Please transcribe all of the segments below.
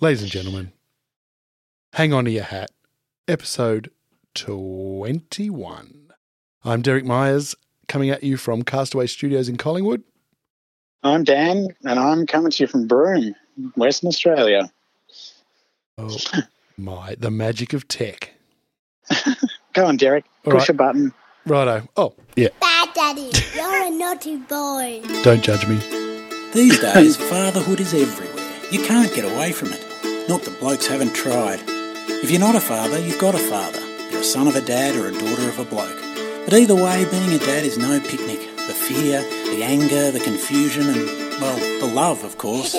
Ladies and gentlemen, hang on to your hat. Episode 21. I'm Derek Myers, coming at you from Castaway Studios in Collingwood. I'm Dan, and I'm coming to you from Broome, Western Australia. Oh, my, the magic of tech. Go on, Derek. All push right. a button. Righto. Oh, yeah, Bad Daddy, you're a naughty boy. don't judge me. These days, fatherhood is everywhere. You can't get away from it. Not that blokes haven't tried. If you're not a father, you've got a father. You're a son of a dad or a daughter of a bloke. But either way, being a dad is no picnic. The fear, the anger, the confusion, and, well, the love, of course.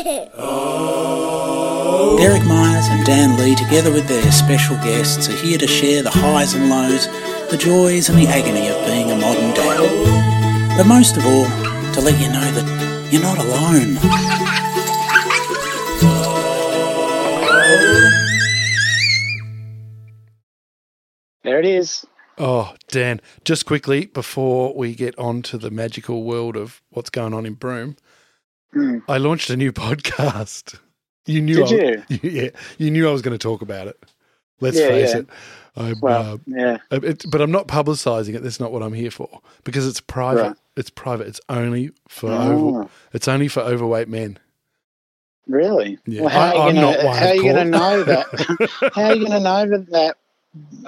Derek Myers and Dan Lee, together with their special guests, are here to share the highs and lows, the joys and the agony of being a modern dad. But most of all, to let you know that you're not alone. There it is. Oh, Dan, just quickly before we get on to the magical world of what's going on in Broome, Hmm. I launched a new podcast. You knew, Did I, yeah, you knew I was going to talk about it. Let's Yeah, face yeah. it. I'm, Well, yeah. uh, it. But I'm not publicising it. That's not what I'm here for because it's private. Right. It's private. It's only for over, Oh, it's only for overweight men. really? Yeah. Well, how I- are I'm you not one, gonna- how of are you going to course. know that? how are you going to know that- that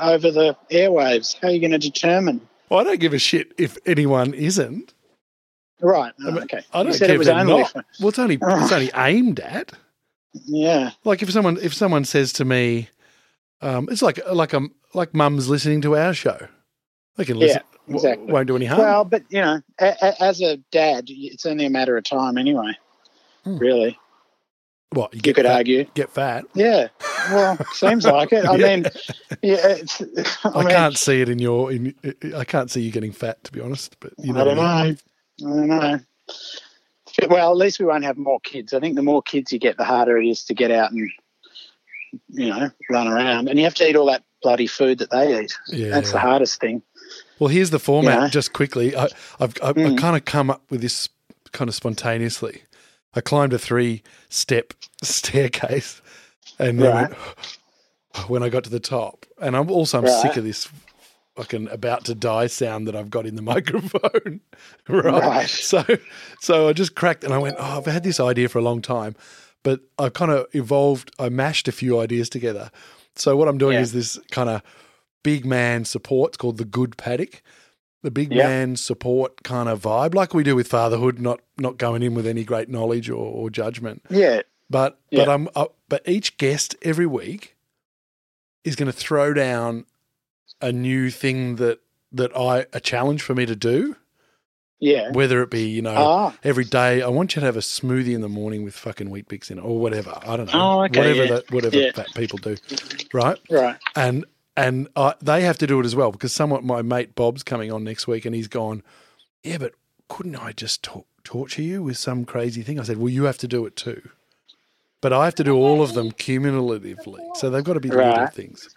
over the airwaves? How are you going to determine? Well, I don't give a shit if anyone isn't. Right. oh, I mean, okay. I don't you said care it was if they're only. not. For, Well, it's only it's only aimed at. yeah. like if someone if someone says to me um it's like like um like mum's listening to our show they can listen Yeah, exactly. won't do any harm Well, but you know, a, a, as a dad, it's only a matter of time, anyway. Hmm. Really, what you could fat, argue. get fat Yeah. Well, seems like it. I Yeah. mean, yeah. It's, I, I, mean, can't see it in your in i can't see you getting fat to be honest but you know I don't what I mean. know. I don't know. Well, at least we won't have more kids. I think the more kids you get, the harder it is to get out and you know run around, and you have to eat all that bloody food that they eat. yeah That's the hardest thing. well here's the format Yeah. just quickly i i've i, I Mm. kind of come up with this kind of spontaneously i climbed a three step staircase and then Right. went, when i got to the top and i'm also i'm sick Right. of this fucking about to die sound that I've got in the microphone. right. Right. So so I just cracked and I went, Oh, I've had this idea for a long time. But I kind of evolved, I mashed a few ideas together. So what I'm doing Yeah. is this kind of big man support. It's called the good paddock. The big Yeah. man support kind of vibe, like we do with fatherhood, not not going in with any great knowledge or, or judgment. Yeah. But but Yeah. I'm uh, but each guest every week is going to throw down a new thing that that I a challenge for me to do, Yeah. whether it be you know Ah. every day I want you to have a smoothie in the morning with fucking wheat bix in it or whatever I don't know Oh, okay, whatever yeah. that whatever Yeah. fat people do, right? Right. And and I, they have to do it as well because someone my mate Bob's coming on next week and he's gone, yeah, but couldn't I just tor- torture you with some crazy thing? I said, well, you have to do it too, but I have to do all of them cumulatively, so they've got to be little Right. things.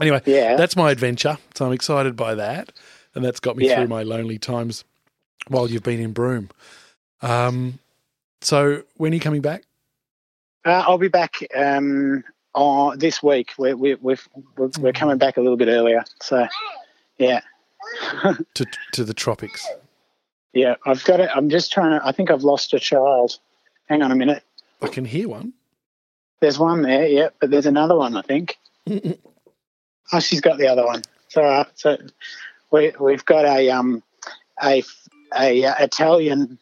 Anyway, Yeah. that's my adventure, so I'm excited by that, and that's got me Yeah. through my lonely times while you've been in Broome. Um, so when are you coming back? Uh, I'll be back um, on this week. We're we're, we're we're we're coming back a little bit earlier. So yeah, To to the tropics. yeah. I've got it. I'm just trying to. I think I've lost a child. Hang on a minute. I can hear one. There's one there. Yeah, but there's another one. I think. Oh, she's got the other one. So, uh, so we we've got a um a a uh, Italian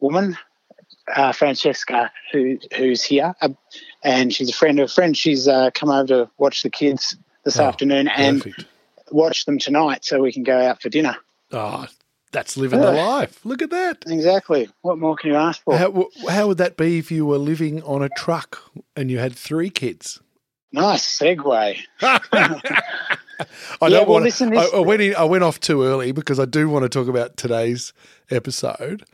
woman, uh, Francesca, who who's here, uh, and she's a friend of a friend. She's uh, come over to watch the kids this Oh, afternoon and Perfect. watch them tonight, so we can go out for dinner. Ah, that's living the Ugh. life. Look at that. Exactly. What more can you ask for? How, wh- how would that be if you were living on a truck and you had three kids? nice segue. I Yeah, don't well, want. listen, to this- I, I went. In, I went off too early because I do want to talk about today's episode,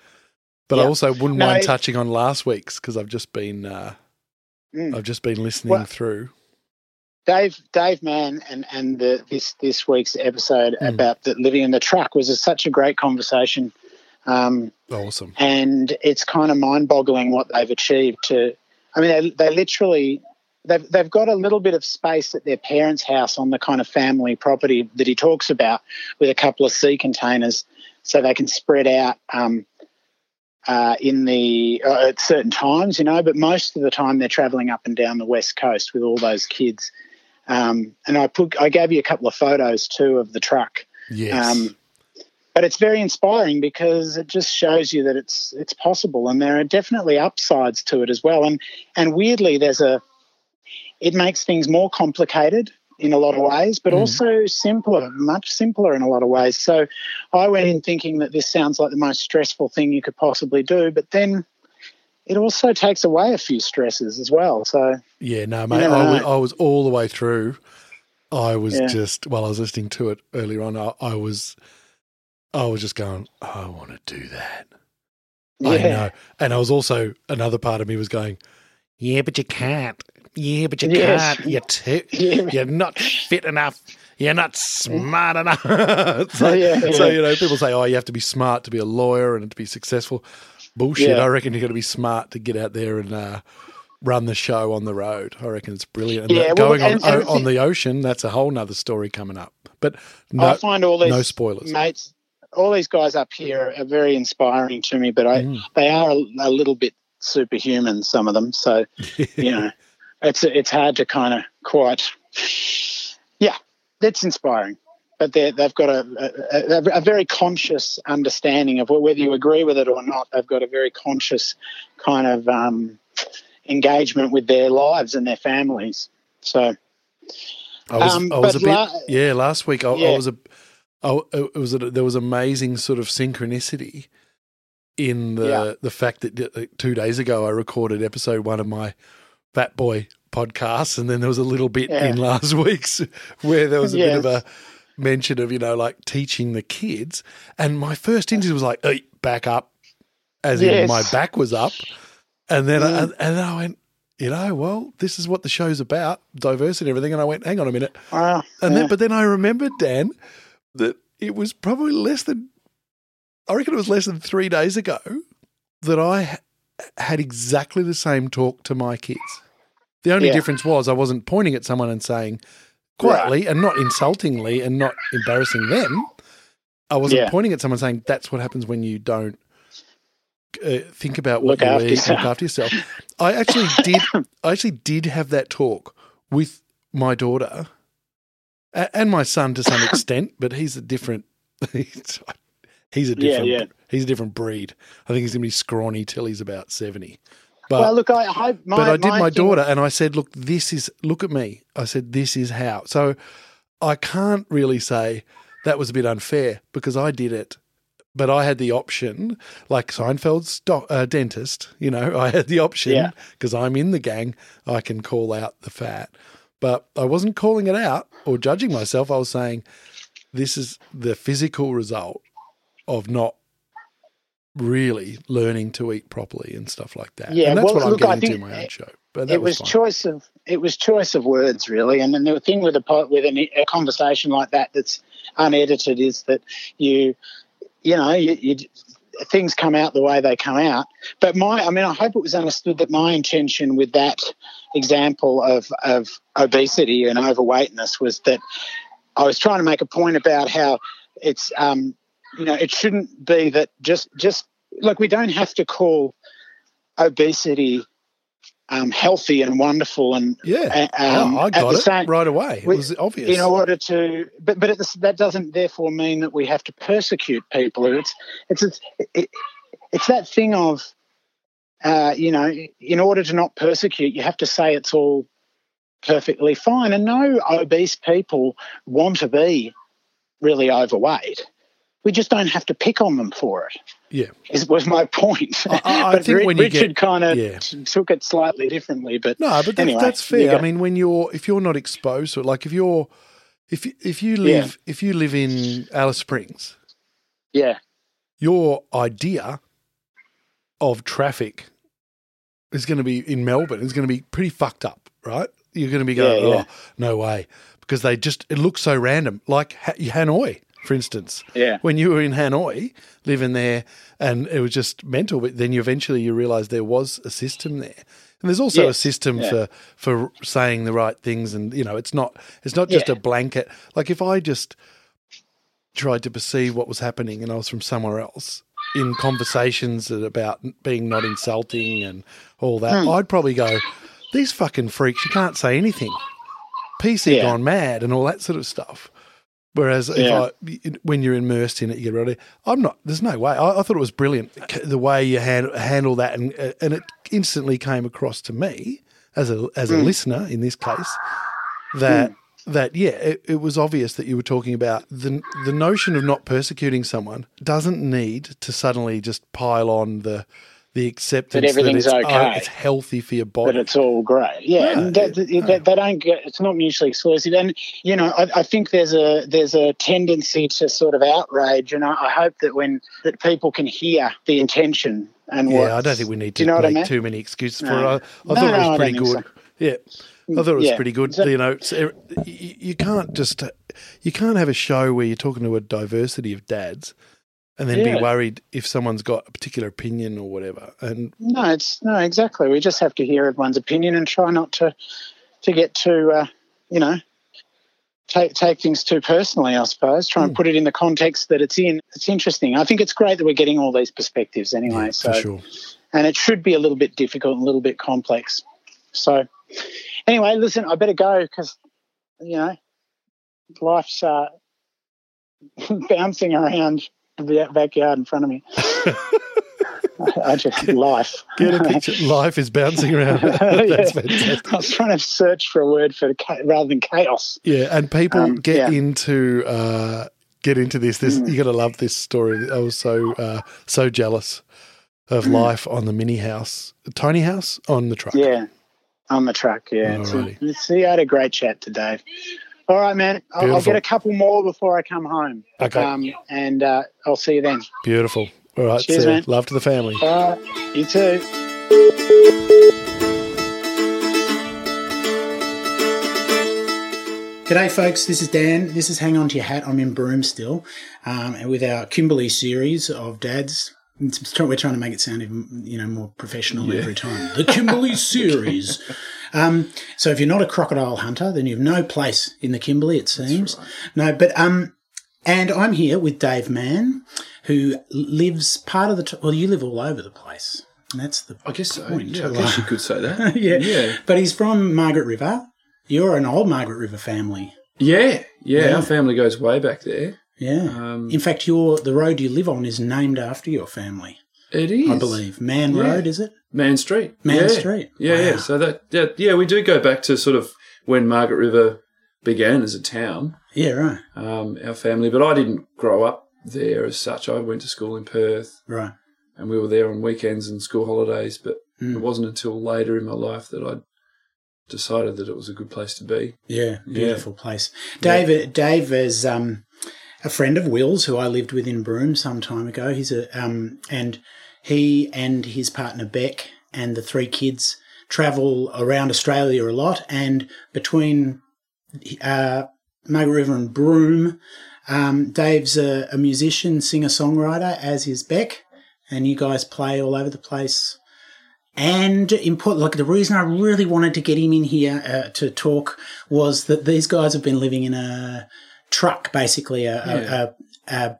but I Yeah. also wouldn't No, mind it- touching on last week's because I've just been. Uh, Mm. I've just been listening Well- through. Dave, Dave Mann, and and the, this this week's episode Mm. about the, living in the truck was a, such a great conversation, um, Awesome. and it's kind of mind-boggling what they've achieved to I mean, they, they literally they've they've got a little bit of space at their parents' house on the kind of family property that he talks about, with a couple of sea containers, so they can spread out um, uh, in the uh, at certain times, you know. But most of the time, they're travelling up and down the west coast with all those kids. Um, and I put I gave you a couple of photos too of the truck. Yes. Um, but it's very inspiring because it just shows you that it's it's possible, and there are definitely upsides to it as well. And and weirdly, there's a it makes things more complicated in a lot of ways, but Mm. also simpler, much simpler in a lot of ways. So I went in thinking that this sounds like the most stressful thing you could possibly do, but then it also takes away a few stresses as well. So Yeah, no, mate. never I, was, know. I was all the way through. I was Yeah. just while I was listening to it earlier on. I, I was, I was just going. I want to do that. yeah, I know. And I was also another part of me was going. Yeah, but you can't. Yeah, but you Yes. can't. You're too. Yeah. You're not fit enough. You're not smart enough. so, Oh, Yeah. so you know, people say, "Oh, you have to be smart to be a lawyer and to be successful." Bullshit. Yeah. I reckon you're going to be smart to get out there and uh, run the show on the road. I reckon it's brilliant. And Yeah, that- well, going and- on and the on thing- the ocean, that's a whole nother story coming up. But I no, find all these no spoilers. mates, all these guys up here are very inspiring to me, but I Mm. they are a, a little bit superhuman, some of them. So you know, it's it's hard to kind of quite. Yeah, that's inspiring, but they they've got a, a, a, a very conscious understanding of whether you agree with it or not. They've got a very conscious kind of um, engagement with their lives and their families. So I was, Um, I was a but bit, la- yeah. Last week, I, I Yeah. was a, I, it was a, there was amazing sort of synchronicity in the Yeah. the fact that uh, two days ago I recorded episode one of my Fat Boy podcasts, and then there was a little bit Yeah. in last week's where there was a bit of Yes. a mention of you know like teaching the kids, and my first instinct was like, "Hey, back up," as in Yes. Mm. my back was up, and then I, and then I went. You know, well, this is what the show's about, diversity and everything. And I went, hang on a minute. wow, And yeah. then, but then I remembered Dan that it was probably less than I reckon it was less than three days ago that I ha- had exactly the same talk to my kids. The only Yeah. difference was I wasn't pointing at someone and saying quietly and not insultingly and not embarrassing them. I wasn't Yeah. pointing at someone saying that's what happens when you don't uh, think about what Look after you eat, look yourself. after yourself. I actually did. I actually did have that talk with my daughter a- and my son to some extent, but he's a different. He's, he's a Yeah, different. yeah. He's a different breed. I think he's going to be scrawny till he's about seventy. But well, look, I hope my but I did my, thing- daughter, and I said, "Look, this is look at me." I said, "This is how." So I can't really say that was a bit unfair because I did it, but I had the option, like Seinfeld's doc, uh, dentist. You know, I had the option Yeah. because I'm in the gang. I can call out the fat, but I wasn't calling it out or judging myself. I was saying, "This is the physical result of not." Really learning to eat properly and stuff like that. Yeah, and that's well, what I'm look, I getting into in think my own show. But that it was, fine. choice of it was choice of words really and then the thing with a po- with an, e, a conversation like that that's unedited is that you you know you, you things come out the way they come out but my i mean i hope it was understood that my intention with that example of of obesity and overweightness was that i was trying to make a point about how it's um you know it shouldn't be that just just like we don't have to call obesity um, healthy and wonderful and Yeah, uh, um, Oh, I at got the it same- right away. It we- was obvious. in order to but but it's, that doesn't therefore mean that we have to persecute people it's it's it's, it, it's that thing of uh, you know in order to not persecute you have to say it's all perfectly fine and no obese people want to be really overweight we just don't have to pick on them for it yeah, is, was my point I- I But think Ri- when you richard get- kind of yeah. took it slightly differently but no, but that's, anyway, that's you fair. go. I mean, when you're if you're not exposed to it, like if you're if you- if you live if you live in Alice Springs, yeah your idea of traffic is going to be in Melbourne is going to be pretty fucked up, right? You're going to be going, Yeah, yeah. oh, no way, because they just it looks so random. Like Ha- Hanoi, for instance, Yeah. When you were in Hanoi, living there, and it was just mental, but then you eventually you realise there was a system there. And there's also a Yes, system yeah. for for saying the right things, and you know, it's not it's not just Yeah. a blanket. Like if I just tried to perceive what was happening, and I was from somewhere else in conversations that- about being not insulting and all that, Hmm. I'd probably go, "These fucking freaks, you can't say anything." PC Yeah. gone mad and all that sort of stuff. Whereas Yeah. if I, when you're immersed in it, you get ready. I'm not. There's no way. I, I thought it was brilliant c- the way you hand, handle that, and uh, and it instantly came across to me as a as a Mm. listener in this case that that yeah, it, it was obvious that you were talking about the the notion of not persecuting someone doesn't need to suddenly just pile on the the acceptance everything's that it's, oh, okay. it's healthy for your But body. it's all great. Yeah, and that, that- they don't get. It's not mutually exclusive, and you know, I, I think there's a there's a tendency to sort of outrage, and I, I hope that when that people can hear the intention and what. Yeah, I don't think we need to Do you know what I make mean? too many excuses for No. it. I, I No, thought no, it I was pretty don't think good. Yeah. I thought it was Yeah. pretty good. So- you know, it's, you, you can't just you can't have a show where you're talking to a diversity of dads and then Yeah. be worried if someone's got a particular opinion or whatever. And No, it's no exactly. We just have to hear everyone's opinion and try not to to get too uh, you know take take things too personally. I suppose try Hmm. and put it in the context that it's in. It's interesting. I think it's great that we're getting all these perspectives anyway. so for sure. and it should be a little bit difficult and a little bit complex. So anyway, listen, I better go because you know life's uh, bouncing around the backyard in front of me. I just life. Get a picture. Life is bouncing around. That's fantastic. I was trying to search for a word for cha- rather than chaos. Yeah, and people Um, get yeah. Hmm. into uh, get into this. This you got to love this story. I was so uh, so jealous of Hmm. life on the mini house, tiny house on the truck. Yeah, on the truck. Yeah, it's, Alrighty. it's, he had a great chat to Dave. All right, man. I'll, I'll Beautiful. get a couple more before I come home. Okay. Um, and uh, I'll see you then. Beautiful. All right, Cheers, Sarah. man. Love to the family. All right. You too. G'day, folks. This is Dan. This is Hang On to Your Hat. I'm in Broome still, um, and with our Kimberley series of dads. It's, we're trying to make it sound even you know more professional every time. The Kimberley series. Um, so if you're not a crocodile hunter, then you've no place in the Kimberley. It seems no, but um, and I'm here with Dave Mann, who lives part of the. T- well, you live all over the place. And that's the I guess so. Point Yeah, I to lie. guess you could say that. yeah. Yeah. But he's from Margaret River. You're an old Margaret River family. Yeah, yeah. Yeah. Our family goes way back there. Yeah. Um, In fact, your the road you live on is named after your family, It is, I believe. Man Yeah. Road, is it? Man Street. Man yeah. Street. Yeah, Wow. yeah. So that, yeah, yeah, we do go back to sort of when Margaret River began as a town. Yeah, right. Um, our family, but I didn't grow up there as such. I went to school in Perth, Right. and we were there on weekends and school holidays. But it wasn't until later in my life that I decided that it was a good place to be. Yeah. Beautiful place. Dave uh, Dave is um a friend of Will's who I lived with in Broome some time ago. He's a um and he and his partner Beck and the three kids travel around Australia a lot and between uh Margaret River and Broome Um, Dave's a, a musician, singer songwriter, as is Beck, and you guys play all over the place. And important, like the reason I really wanted to get him in here uh, to talk was that these guys have been living in a truck, basically a, a, a, a,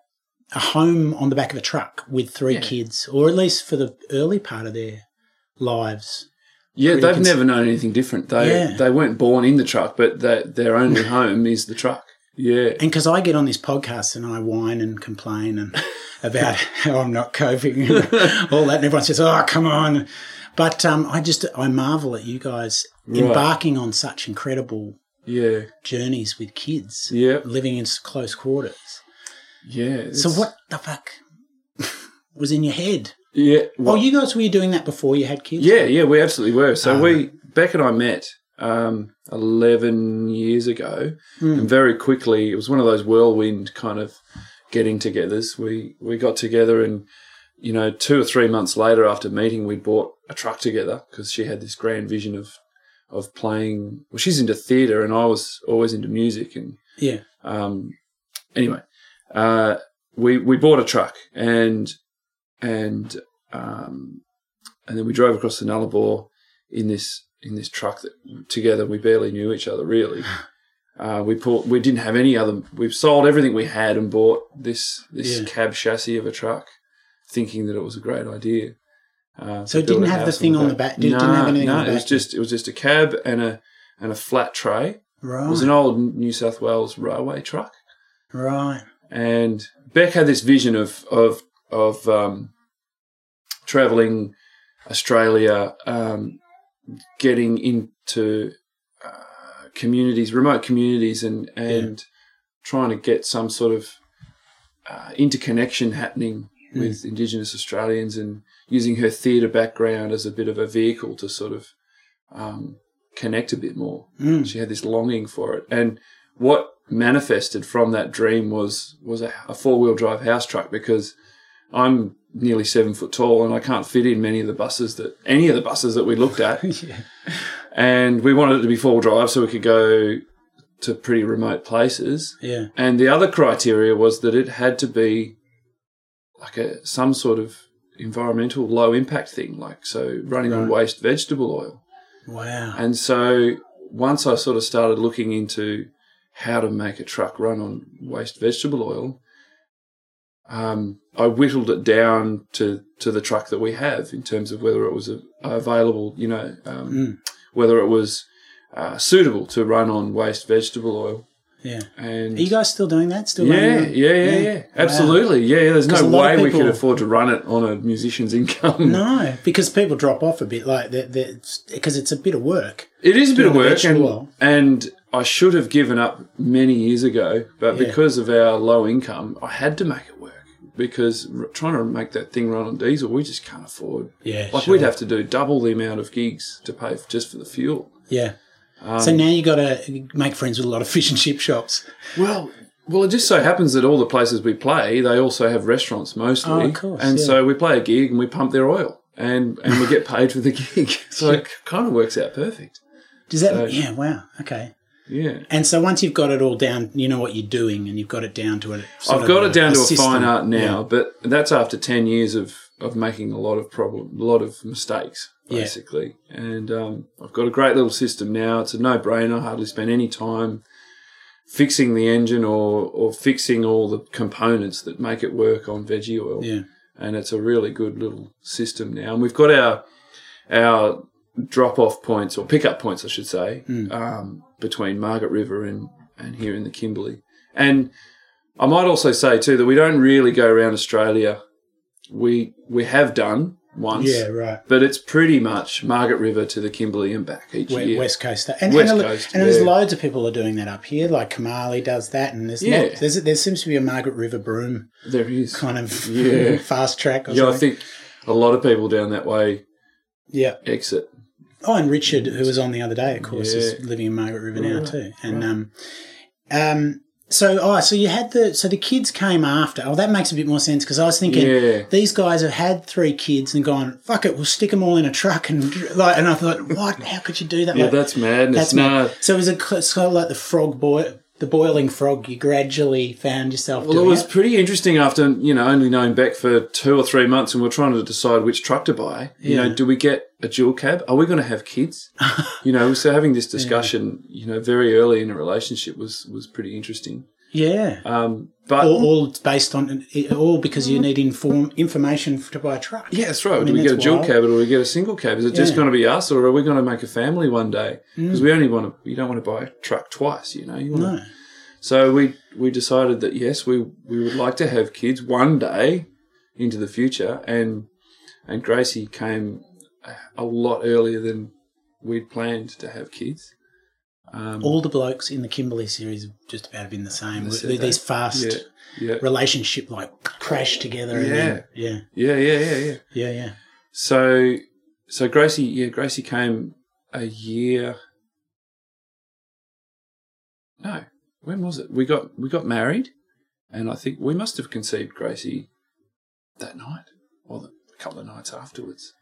a home on the back of a truck with three kids, or at least for the early part of their lives. Yeah, Pretty they've cons- never known anything different. They Yeah. they weren't born in the truck, but they, their only home is the truck. Yeah. And because I get on this podcast and I whine and complain and about how I'm not coping and all that, and everyone says, "Oh, come on!" But um, I just I marvel at you guys embarking on such incredible Yeah. journeys with kids, Yep. living in s- close quarters. Yeah. So it's- what the fuck was in your head? Yeah. Oh, Well, you guys were you doing that before you had kids? yeah, yeah, we absolutely were. So we Beck and I met um, eleven years ago, and very quickly it was one of those whirlwind kind of getting togethers. We we got together, and you know, two or three months later after meeting, we bought a truck together because she had this grand vision of of playing. Well, she's into theatre, and I was always into music, and yeah, um, anyway, uh, we we bought a truck and and um, and then we drove across the Nullarbor in this in this truck that together we barely knew each other really. Uh, we pulled, we didn't have any other. We sold everything we had and bought this this Yeah. cab chassis of a truck, thinking that it was a great idea. Uh, So to it didn't build a have the house thing on the back. It didn't have anything no, on the it was back. just it was just a cab and a and a flat tray. It was Right. an old New South Wales railway truck, right. and Beck had this vision of of of um, traveling Australia, um, getting into uh, communities, remote communities, and and trying to get some sort of uh, interconnection happening with Indigenous Australians, and using her theatre background as a bit of a vehicle to sort of um, connect a bit more. She had this longing for it, and what manifested from that dream was was a, a four wheel drive house truck because I'm nearly seven foot tall and I can't fit in many of the buses that any of the buses that we looked at. And we wanted it to be four wheel drive so we could go to pretty remote places. Yeah. And the other criteria was that it had to be like a some sort of environmental low impact thing, like so running on waste vegetable oil. Wow. And so once I sort of started looking into how to make a truck run on waste vegetable oil, um, I whittled it down to, to the truck that we have in terms of whether it was a, available, you know, um, Hmm. whether it was uh, suitable to run on waste vegetable oil. Yeah. And Are you guys still doing that? Still yeah, running that? yeah, yeah, yeah, absolutely. Yeah, yeah, there's 'Cause a no lot way of we could people- afford to run it on a musician's income. No, because people drop off a bit, like that. Because it's a bit of work. It is a bit of Doing a work, vegetable and, oil. and I should have given up many years ago, but Yeah. because of our low income, I had to make it work. Because r- trying to make that thing run on diesel, we just can't afford. Yeah, like sure. we'd have to do double the amount of gigs to pay f just for the fuel. Yeah. Um, so now you got to make friends with a lot of fish and chip shops. Well, well, it just so happens that all the places we play, they also have restaurants mostly, Oh, of course, and yeah. so we play a gig and we pump their oil, and and we get paid for the gig. So it kind of works out perfect. Does that? So- yeah. Wow. Okay. Yeah. And so once you've got it all down, you know what you're doing, and you've got it down to it. I've got it down to a fine art now, but that's after ten years of, of making a lot of problem, a lot of mistakes, Yeah. basically. And um, I've got a great little system now. It's a no brainer. I hardly spend any time fixing the engine or or fixing all the components that make it work on veggie oil. Yeah. And it's a really good little system now. And we've got our our drop off points or pickup points, I should say, Hmm. um, between Margaret River and, and here in the Kimberley. And I might also say too that we don't really go around Australia. We we have done once, Yeah. Right. but it's pretty much Margaret River to the Kimberley and back each We- year. West Coast, and, West and, a- Coast, and there's yeah. loads of people are doing that up here. Like Kamali does that, and there's Yeah. lot- there's there seems to be a Margaret River broom There is. kind of Yeah. fast track. Or yeah, I something. think a lot of people down that way yeah. exit. Oh, and Richard, who was on the other day, of course, is Yeah. living in Margaret River now too. And um, um, so oh, so you had the so the kids came after. Oh, that makes a bit more sense because I was thinking Yeah. these guys have had three kids and gone fuck it, we'll stick them all in a truck and like. And I thought, what? How could you do that? Yeah, Like, that's madness. that's no, mad. So it was a cl- it's kind of like the frog boy, the boiling frog. You gradually found yourself Well, it doing was it. pretty interesting after, you know, only knowing Beck for two or three months and we're trying to decide which truck to buy. You know, do we get a dual cab? Are we going to have kids? you know, so having this discussion, you know, very early in a relationship was, was pretty interesting. yeah. Um, but all, all based on all because you need inform information to buy a truck. yeah, that's right. do mean, we get a that's dual wild. cab or do we get a single cab? Is it just Yeah. Mm. going to be us or are we going to make a family one day? Because we only want to, you don't want to buy a truck twice, you know. You wanna- No. So we we decided that yes, we we would like to have kids one day into the future, and and Gracie came a lot earlier than we'd planned to have kids. Um, all the blokes in the Kimberley series have just about been the same. That's They're it, These fast yeah, yeah, relationship like crash together. And then, yeah, yeah, yeah, yeah, yeah. yeah, yeah. So so Gracie, yeah, Gracie came a year. No, when was it? We got we got married, and I think we must have conceived Gracie that night, or the, a couple of nights afterwards.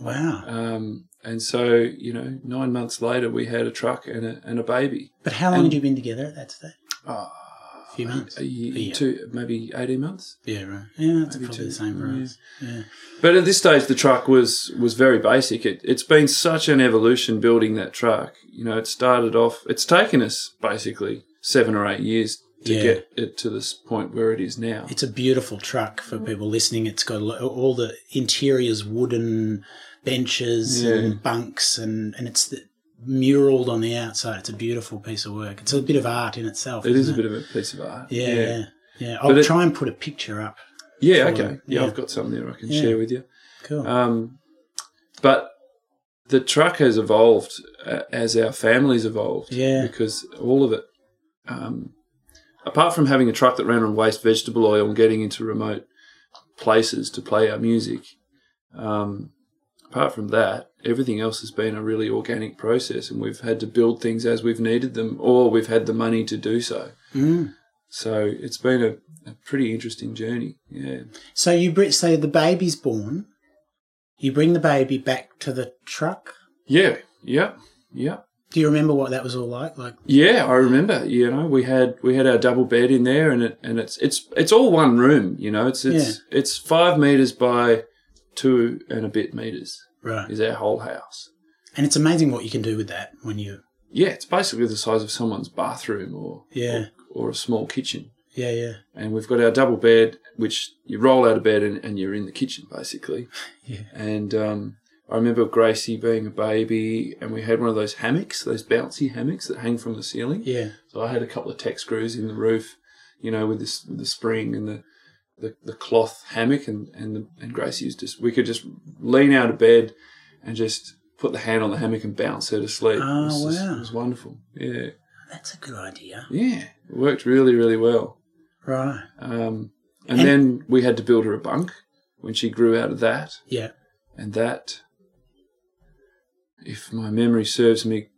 Wow. Um, and so you know, nine months later, we had a truck and a and a baby. But how long had you been together at that stage? Ah, A few months. a year, A year. two, maybe eighteen months. Yeah, right. Yeah, it's Maybe probably two. the same for us. Yeah. But at this stage, the truck was was very basic. It, it's been such an evolution building that truck. You know, it started off. It's taken us basically seven or eight years to Yeah. get it to this point where it is now. It's a beautiful truck for Mm. people listening. It's got a lo- all the interiors, wooden benches Yeah. and bunks, and, and it's the, muraled on the outside. It's a beautiful piece of work. It's a bit of art in itself. It is a isn't bit of a piece of art. Yeah, yeah. yeah. I'll But it- try and put a picture up. Yeah, Follow. okay. Yeah, Yeah. I've got something there I can Yeah. share with you. Cool. Um, but the truck has evolved uh, as our families evolved. Yeah. Because all of it, um, apart from having a truck that ran on waste vegetable oil and getting into remote places to play our music, um, apart from that, everything else has been a really organic process and we've had to build things as we've needed them or we've had the money to do so. Mm. So it's been a, a pretty interesting journey. Yeah. So you bring, so the baby's born. You bring the baby back to the truck. Yeah. Yeah. Yeah. Do you remember what that was all like? Like, Yeah, I remember. You know, we had we had our double bed in there, and it and it's it's it's all one room. You know, it's it's it's five meters by two and a bit meters right. is our whole house. And it's amazing what you can do with that when you, Yeah, it's basically the size of someone's bathroom or yeah, or a small kitchen. Oh. yeah, yeah. And we've got our double bed, which you roll out of bed and, and you're in the kitchen basically. Yeah. And um, I remember Gracie being a baby, and we had one of those hammocks, those bouncy hammocks that hang from the ceiling. Yeah. So I had a couple of tech screws in the roof, you know, with this with the spring and the the, the cloth hammock, and and the, and Gracie was just we could just lean out of bed and just put the hand on the hammock and bounce her to sleep. Oh, it was just- wow. it was wonderful. Yeah, That's a good idea. yeah, it worked really really well. Right. Um, and, And- then we had to build her a bunk when she grew out of that, Yeah. and that, if my memory serves me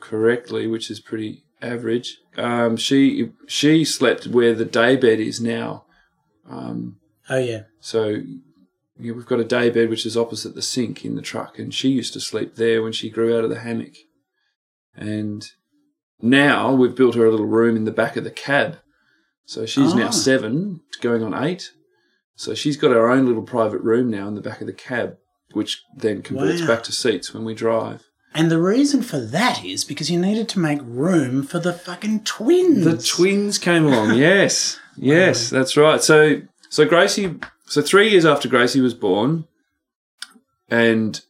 correctly, which is pretty average, um, she she slept where the day bed is now. Um, Oh, yeah. so you know, we've got a day bed which is opposite the sink in the truck, and she used to sleep there when she grew out of the hammock. And now we've built her a little room in the back of the cab. So she's Ah. now seven, going on eight. So she's got her own little private room now in the back of the cab, which then converts Wow. back to seats when we drive. And the reason for that is because you needed to make room for the fucking twins. The twins came along. Yes, yes, that's right. So, so Gracie. So three years after Gracie was born, and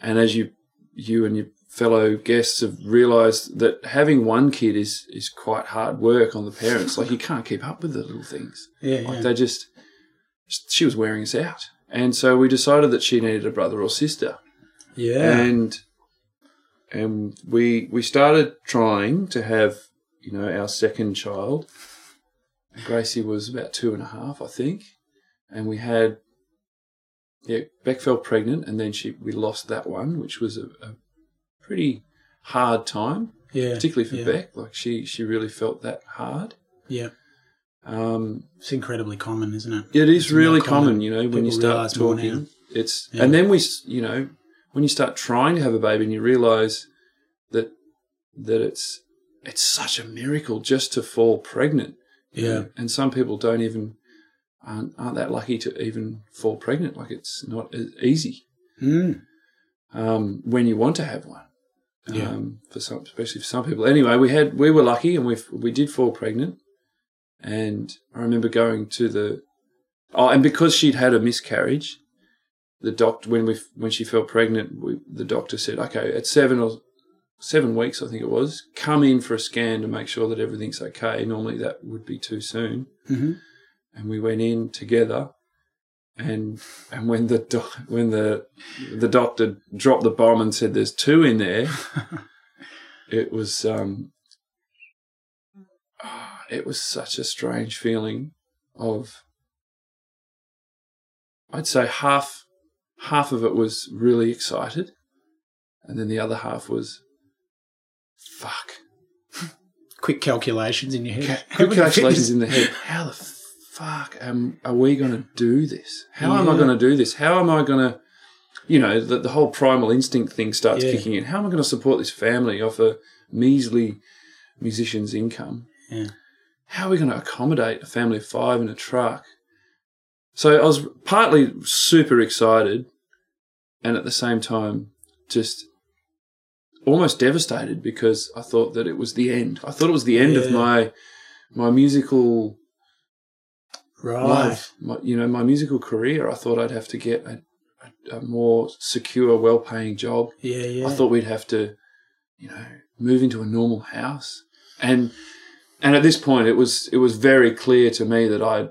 and as you you and your fellow guests have realised that having one kid is is quite hard work on the parents. Like you can't keep up with the little things. Yeah, Like yeah. they just she was wearing us out, and so we decided that she needed a brother or sister yeah. and and we we started trying to have you know our second child. Gracie was about two and a half, I think, and we had yeah Beck fell pregnant, and then she we lost that one, which was a, a pretty hard time, yeah. particularly for yeah, Beck. Like she she really felt that hard. Yeah. Um, It's incredibly common, isn't it? it is It's more really common, you know, when People you start realise more now. talking. It's Yeah. and then we, s- you know, when you start trying to have a baby and you realize that that it's it's such a miracle just to fall pregnant. you Yeah. know, and some people don't even aren't, aren't that lucky to even fall pregnant. Like it's not as easy Mm. um, when you want to have one. Yeah. Um, for some, especially for some people. Anyway, we had we were lucky and we we did fall pregnant, and I remember going to the oh, and because she'd had a miscarriage, the doctor when we when she fell pregnant, we, the doctor said, okay, at seven or seven weeks, I think it was, come in for a scan to make sure that everything's okay. Normally that would be too soon, hmm and we went in together. And and when the doc, when the the doctor dropped the bomb and said there's two in there, it was um, ah, it was such a strange feeling of I'd say half half of it was really excited, and then the other half was fuck. Quick calculations in your Ca- head. Quick calculations in the head. How the fuck am, are we going to do this? How am I Yeah. going to do this? How am I going to, you know, the, the whole primal instinct thing starts Yeah. kicking in. How am I going to support this family off a measly musician's income? Yeah. how are we going to accommodate a family of five in a truck? So I was partly super excited and at the same time just almost devastated because I thought that it was the end. I thought it was the end of Yeah. my my musical Right. life, my, you know, my musical career. I thought I'd have to get a, a, a more secure, well-paying job. Yeah, yeah. I thought we'd have to, you know, move into a normal house. And and at this point, it was it was very clear to me that I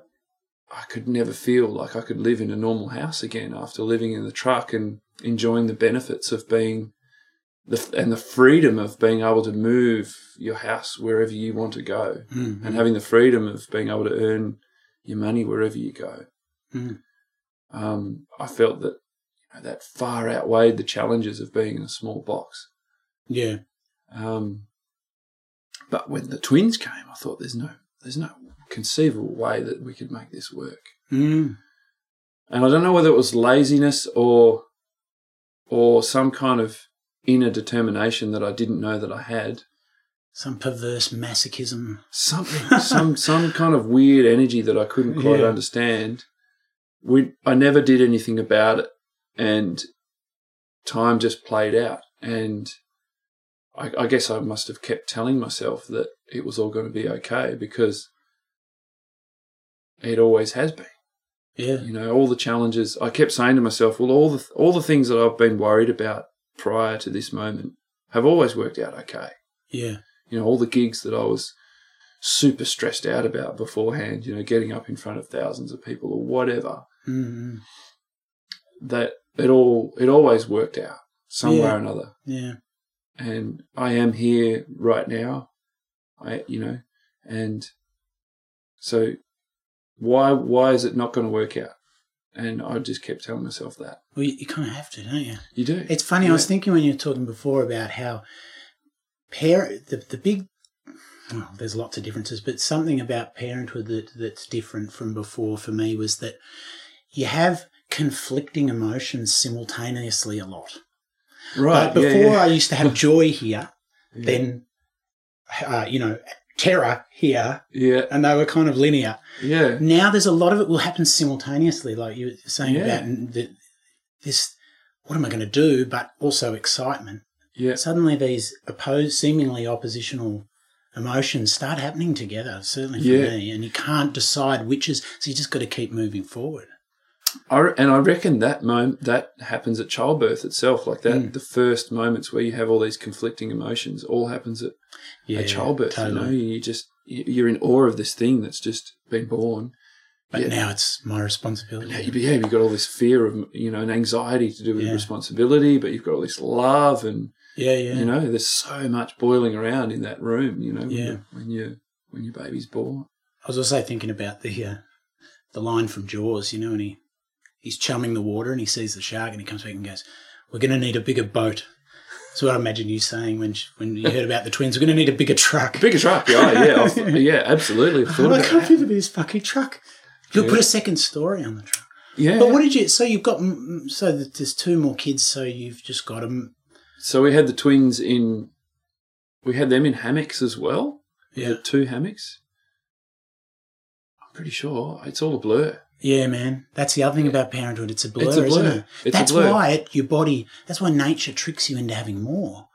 I could never feel like I could live in a normal house again after living in the truck and enjoying the benefits of being the and the freedom of being able to move your house wherever you want to go Mm. and having the freedom of being able to earn your money wherever you go. Mm. Um, I felt that you know, that far outweighed the challenges of being in a small box. Yeah. Um, but when the twins came, I thought there's no there's no conceivable way that we could make this work. Mm. And I don't know whether it was laziness or or some kind of inner determination that I didn't know that I had. Some perverse masochism. something, some some kind of weird energy that I couldn't quite Yeah. understand. We, I never did anything about it, and time just played out. And I, I guess I must have kept telling myself that it was all going to be okay because it always has been. Yeah. You know, all the challenges. I kept saying to myself, "Well, all the all the things that I've been worried about prior to this moment have always worked out okay." Yeah. you know all the gigs that I was super stressed out about beforehand, you know, getting up in front of thousands of people or whatever, Mm. that it all it always worked out some way Yeah. or another. Yeah. And I am here right now. I you know, and so why why is it not going to work out? And I just kept telling myself that. Well, you, you kind of have to, don't you? You do. It's funny. I was thinking when you were talking before about how parent the the big well, there's lots of differences, but something about parenthood that that's different from before for me was that you have conflicting emotions simultaneously a lot. right Like before, yeah, yeah. I used to have joy here, then uh, you know terror here, yeah, and they were kind of linear. yeah, Now there's a lot of it will happen simultaneously, like you were saying Yeah. about n- the, this. What am I going to do? But also excitement yeah, suddenly these opposed, seemingly oppositional emotions start happening together. Certainly for Yeah. me, and you can't decide which is. So you just got to keep moving forward. I, re- and I reckon that moment that happens at childbirth itself, like that Mm. the first moments where you have all these conflicting emotions, all happens at, Yeah, at childbirth. You know, you just you- you're in awe of this thing that's just been born. But yeah. now it's my Now you responsibility. behave. You've got all this fear of you know, and anxiety to do with Yeah. responsibility, but you've got all this love, and Yeah, yeah, you know, there's so much boiling around in that room. You know, when Yeah. you- when you when your baby's born. I was also thinking about the uh, the line from Jaws. You know, and he he's chumming the water and he sees the shark and he comes back and goes, "We're going to need a bigger boat." That's what I imagine you saying when sh- when you heard about the twins. We're going to need a bigger truck. Bigger truck, yeah, yeah, I've- yeah, absolutely. I've thought I about can't that. fit it in this fucking truck. You'll put a second story on the truck. Yeah, But what did you? So you've got mm, mm, so that there's two more kids. So you've just got them. So we had the twins in, we had them in hammocks as well. We Yeah, had two hammocks. I'm pretty sure it's all a blur. yeah, man. That's the other thing about parenthood. It's a blur, It's a isn't blur. it? It's a that's blur. why it, your body. That's why nature tricks you into having more,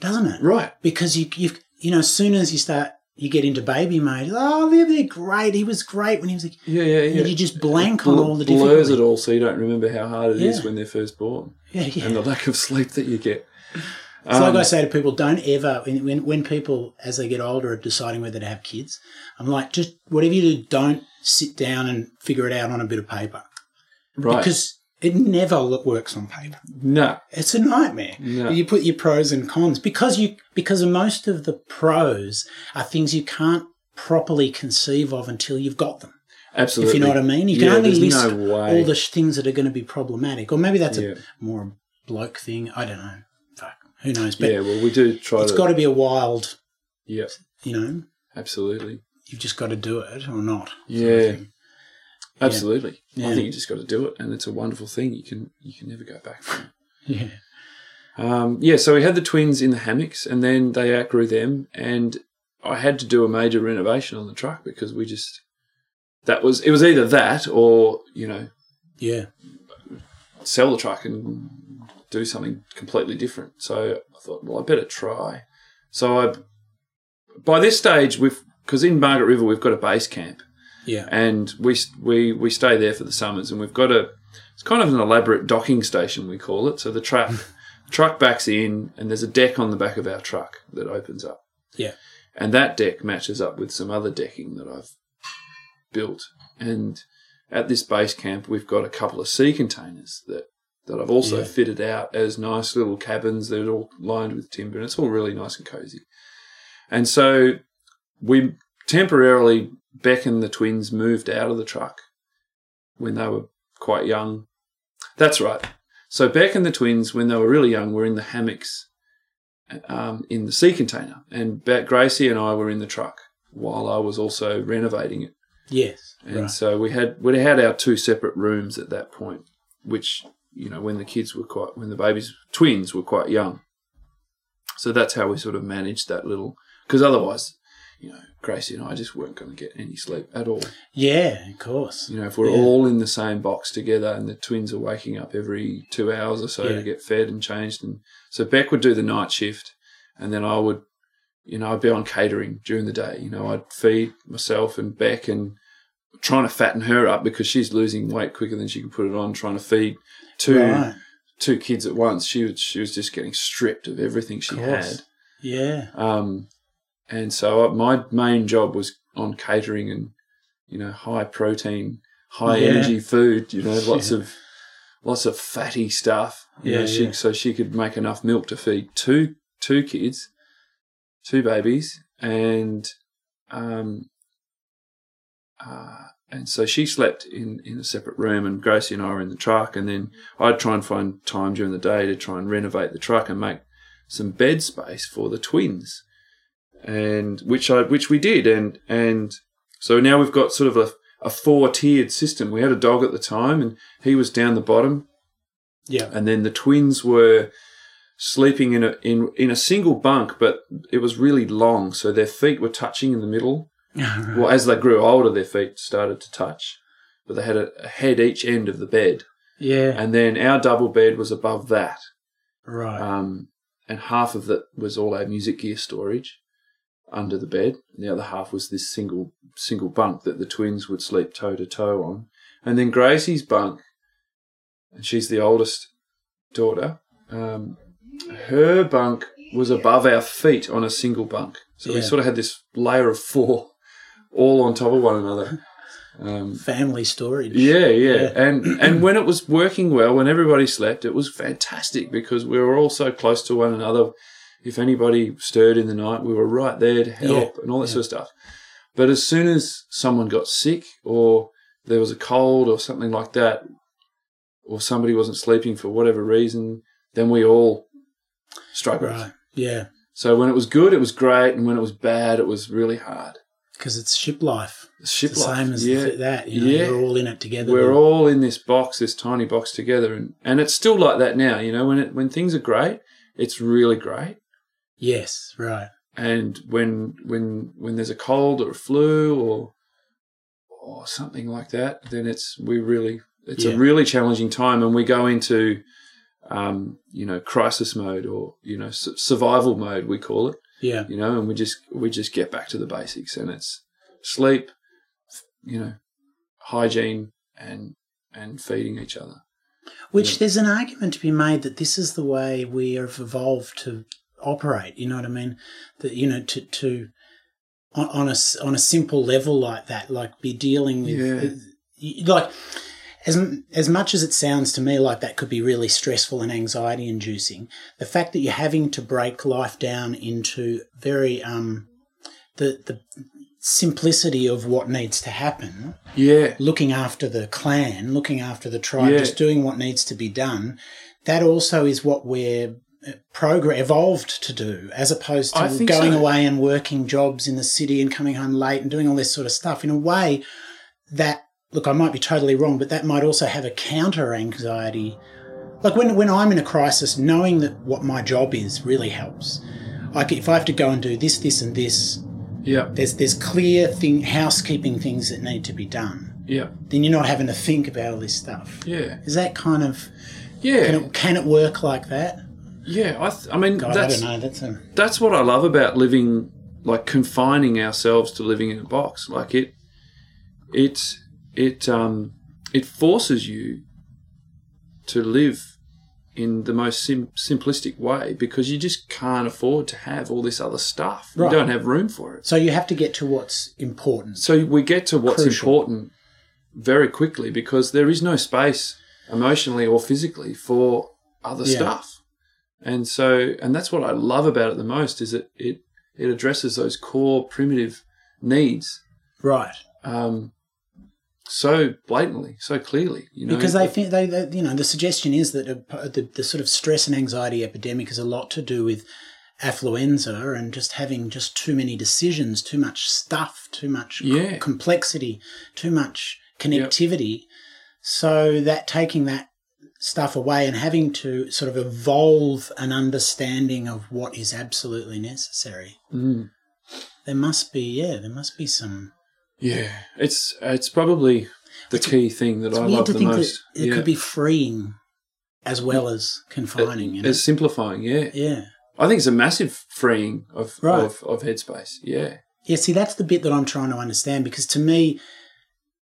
doesn't it? Right. Because you you you know, as soon as you start, you get into baby mode. Oh, they're, they're great. He was great when he was. A, Yeah, yeah, yeah. and you just blank on Bl- all the blurs difficulties. it all, so you don't remember how hard it is Yeah. when they're first born Yeah, yeah. and the lack of sleep that you get. It's like Um, I say to people, don't ever when, when when people as they get older are deciding whether to have kids. I'm like, just whatever you do, don't sit down and figure it out on a bit of paper right? because it never lo- works on paper. no, It's a nightmare. Yeah. You put your pros and cons because you because most of the pros are things you can't properly conceive of until you've got them. If absolutely. you know what I mean, you can Yeah, only there's list no way. all the sh- things that are going to be problematic, or maybe that's Yeah. a more a bloke thing. I don't know. Fuck, who knows? But yeah, well, we do try it's to. got to be a wild, yeah, you know, absolutely. you've just got to do it or not. sort of Yeah. thing. Absolutely. Yeah. I think you just got to do it, and it's a wonderful thing. You can you can never go back from. it. Yeah. Um, yeah, so we had the twins in the hammocks, and then they outgrew them, and I had to do a major renovation on the truck because we just that was it was either that or you know Yeah. sell the truck and do something completely different. So I thought, well, I better try. So I, by this stage, we've because in Margaret River we've got a base camp, Yeah. and we we we stay there for the summers, and we've got a it's kind of an elaborate docking station we call it. So the truck truck backs in, and there's a deck on the back of our truck that opens up, Yeah. and that deck matches up with some other decking that I've built. And at this base camp, we've got a couple of sea containers that that I've also Yeah. fitted out as nice little cabins. They're all lined with timber, and it's all really nice and cozy. And so we temporarily Beck and the twins moved out of the truck when they were quite young. That's right. So Beck and the twins, when they were really young, were in the hammocks um, in the sea container, and Be- Gracie and I were in the truck while I was also renovating it. Yes. And right. so we had we had our two separate rooms at that point, which you know when the kids were quite when the babies twins were quite young. So that's how we sort of managed that little because otherwise, you know, Gracie and I just weren't going to get any sleep at all. Yeah, of course. You know, if we're Yeah. all in the same box together and the twins are waking up every two hours or so Yeah. to get fed and changed, and so Beck would do the night shift, and then I would, you know, I'd be on catering during the day. You know, I'd feed myself and Beck and trying to fatten her up because she's losing weight quicker than she could put it on. Trying to feed two Right. two kids at once, she was she was just getting stripped of everything she course. had. Yeah. Um, and so my main job was on catering and, you know, high protein, high Yeah. energy food, you know, lots Yeah. of, lots of fatty stuff. You know, Yeah, she, yeah. so she could make enough milk to feed two, two kids, two babies. And, um, uh, and so she slept in, in a separate room and Gracie and I were in the truck. And then I'd try and find time during the day to try and renovate the truck and make some bed space for the twins and which I which we did, and and so now we've got sort of a, a four tiered system. We had a dog at the time, and he was down the bottom, Yeah. and then the twins were sleeping in a in in a single bunk, but it was really long, so their feet were touching in the middle. Well, as they grew older, their feet started to touch, but they had a, a head each end of the bed, yeah. and then our double bed was above that, right. um, and half of it was all our music gear storage under the bed. And the other half was this single single bunk that the twins would sleep toe to toe on. And then Gracie's bunk, and she's the oldest daughter. Um, her bunk was above our feet on a single bunk, so we Yeah. sort of had this layer of four all on top of one another. Um, Family storage. yeah, yeah, Yeah. and and when it was working well, when everybody slept, it was fantastic because we were all so close to one another. If anybody stirred in the night, we were right there to help and all that sort of stuff. But as soon as someone got sick or there was a cold or something like that, or somebody wasn't sleeping for whatever reason, then we all struggled. Right. Yeah. So when it was good, it was great, and when it was bad, it was really hard. Because it's ship life. It's ship it's the life. same as Yeah. th- that. You know, Yeah. We're all in it together. we're all in this box, this tiny box together, and, and it's still like that now. You know, when it, when things are great, it's really great, Yes. Right. and when when when there's a cold or a flu or or something like that, then it's we really it's Yeah. a really challenging time, and we go into um, you know crisis mode or you know su- survival mode we call it. Yeah. You know, and we just we just get back to the basics, and it's sleep, you know, hygiene, and and feeding each other. Which Yeah. there's an argument to be made that this is the way we have evolved to operate. You know what I mean? That you know to to on, on a s- on a simple level like that, like be dealing with y like as m- as much as it sounds to me like that could be really stressful and anxiety inducing. The fact that you're having to break life down into very um the the simplicity of what needs to happen Yeah, looking after the clan, looking after the tribe, Yeah. just doing what needs to be done, that also is what we're program evolved to do, as opposed I to think going so. away and working jobs in the city and coming home late and doing all this sort of stuff. In a way, that look, I might be totally wrong, but that might also have a counter anxiety. Like when, when I'm in a crisis, knowing that what my job is really helps. Like if I have to go and do this, this, and this, Yeah. There's there's clear thing housekeeping things that need to be done. Yeah. Then you're not having to think about all this stuff. Yeah. Is that kind of can Yeah. it, can it work like that? Yeah. I, th- I mean, God, that's, I don't know. That's a that's what I love about living, like confining ourselves to living in a box. Like it, it, it, um, it forces you to live in the most sim- simplistic way because you just can't afford to have all this other stuff. Right. You don't have room for it. so you have to get to what's important. So we get to what's Crucial. important very quickly because there is no space emotionally or physically for other Yeah. stuff. And so and that's what I love about it the most is it it, it addresses those core primitive needs Right. um, so blatantly, so clearly, you know. Because they think they, they, you know, the suggestion is that a, the, the sort of stress and anxiety epidemic is a lot to do with affluenza and just having just too many decisions, too much stuff, too much c- Yeah. complexity, too much connectivity. So that taking that stuff away and having to sort of evolve an understanding of what is absolutely necessary. Mm. There must be, yeah, there must be some. yeah. It's it's probably the key thing that It's I weird love to the think most. that it Yeah. could be freeing as well as confining. you know? It's simplifying, yeah. Yeah. I think it's a massive freeing of Right. of, of headspace. Yeah. Yeah, see, that's the bit that I'm trying to understand because to me,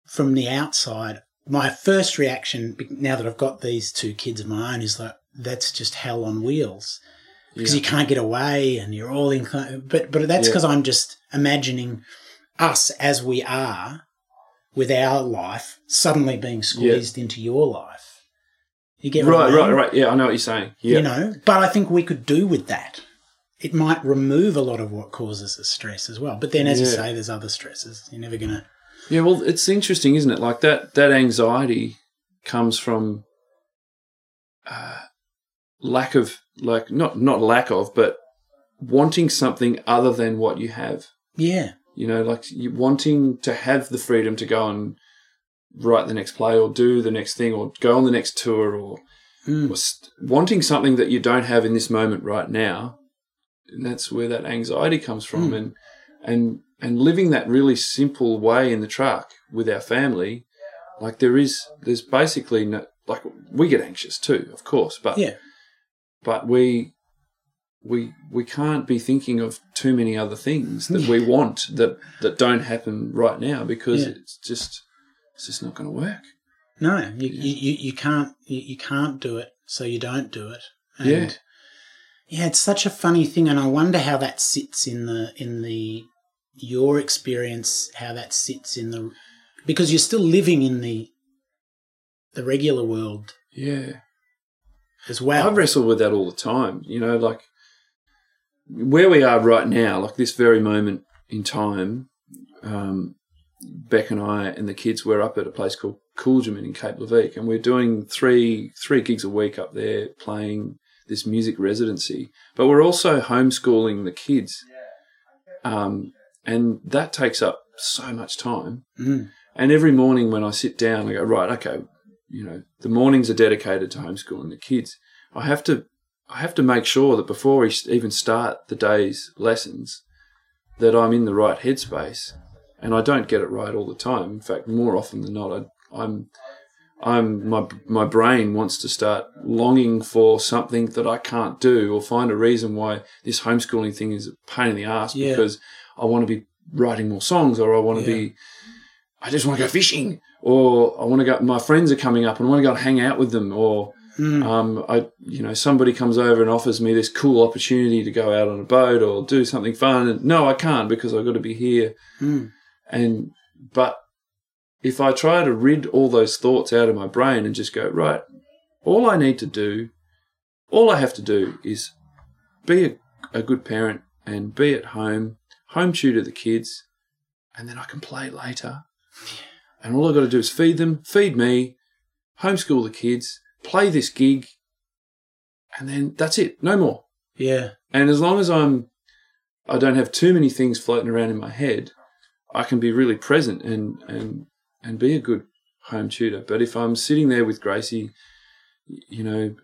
from the outside, my first reaction be- now that I've got these two kids of my own is like, that's just hell on wheels because Yeah. you can't get away and you're all in. But, but that's Yeah. because I'm just imagining us as we are with our life suddenly being squeezed into your life. You get what I Right, mean? right, right. Yeah, I know what you're saying. Yeah. you know but i think we could do with that it might remove a lot of what causes the stress as well but then as you Yeah. say there's other stresses you're never gonna Yeah, well, it's interesting, isn't it? Like that that anxiety comes from uh, lack of like not not lack of, but wanting something other than what you have. yeah You know, like you wanting to have the freedom to go and write the next play or do the next thing or go on the next tour or Mm. or st- wanting something that you don't have in this moment right now and that's where that anxiety comes from Mm. and and and living that really simple way in the truck with our family like there is there's basically no like we get anxious too of course but yeah but we we we can't be thinking of too many other things that we want that that don't happen right now because Yeah. it's just it's just not going to work no you, you, you, you can't you, you can't do it so you don't do it and Yeah. yeah it's such a funny thing and i wonder how that sits in the in the your experience how that sits in the because you're still living in the the regular world yeah as well I wrestle with that all the time. You know, like where we are right now, like this very moment in time, um, Beck and I and the kids were up at a place called Cooljamin in Cape Levique, and we're doing three three gigs a week up there playing this music residency. But we're also homeschooling the kids, um, and that takes up so much time. Mm. And every morning when I sit down, I go, right, okay, you know, the mornings are dedicated to homeschooling the kids. I have to, I have to make sure that before we s- even start the day's lessons, that I'm in the right headspace. And I don't get it right all the time. In fact, more often than not, I, I'm, I'm my my brain wants to start longing for something that I can't do, or find a reason why this homeschooling thing is a pain in the ass Yeah. because I want to be writing more songs, or I want to Yeah. be I just want to go fishing, or I want to go. My friends are coming up, and I want to go and hang out with them, or Mm. um, I, you know, somebody comes over and offers me this cool opportunity to go out on a boat or do something fun. And no, I can't because I've got to be here. Mm. And but if I try to rid all those thoughts out of my brain and just go right, all I need to do, all I have to do is be a, a good parent and be at home, home tutor the kids, and then I can play later. And all I've got to do is feed them, feed me, homeschool the kids, play this gig, and then that's it, no more. yeah And as long as I'm, I don't have too many things floating around in my head, I can be really present and and and be a good home tutor. But if I'm sitting there with Gracie, you know,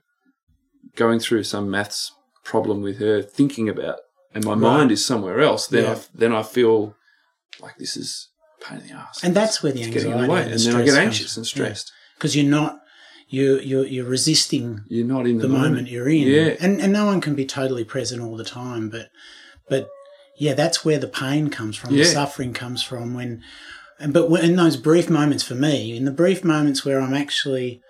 going through some maths problem with her, thinking about and my mind is somewhere else, then I then I feel like this is a pain in the ass. And that's where the It's getting anxiety in the way, and, and, the then I stress get comes anxious from. and stressed. because you're not you you're, you're resisting You're not in the, the moment you're in. Yeah. And and no one can be totally present all the time, but but yeah, that's where the pain comes from, Yeah. the suffering comes from when and but when, in those brief moments for me, in the brief moments where I'm actually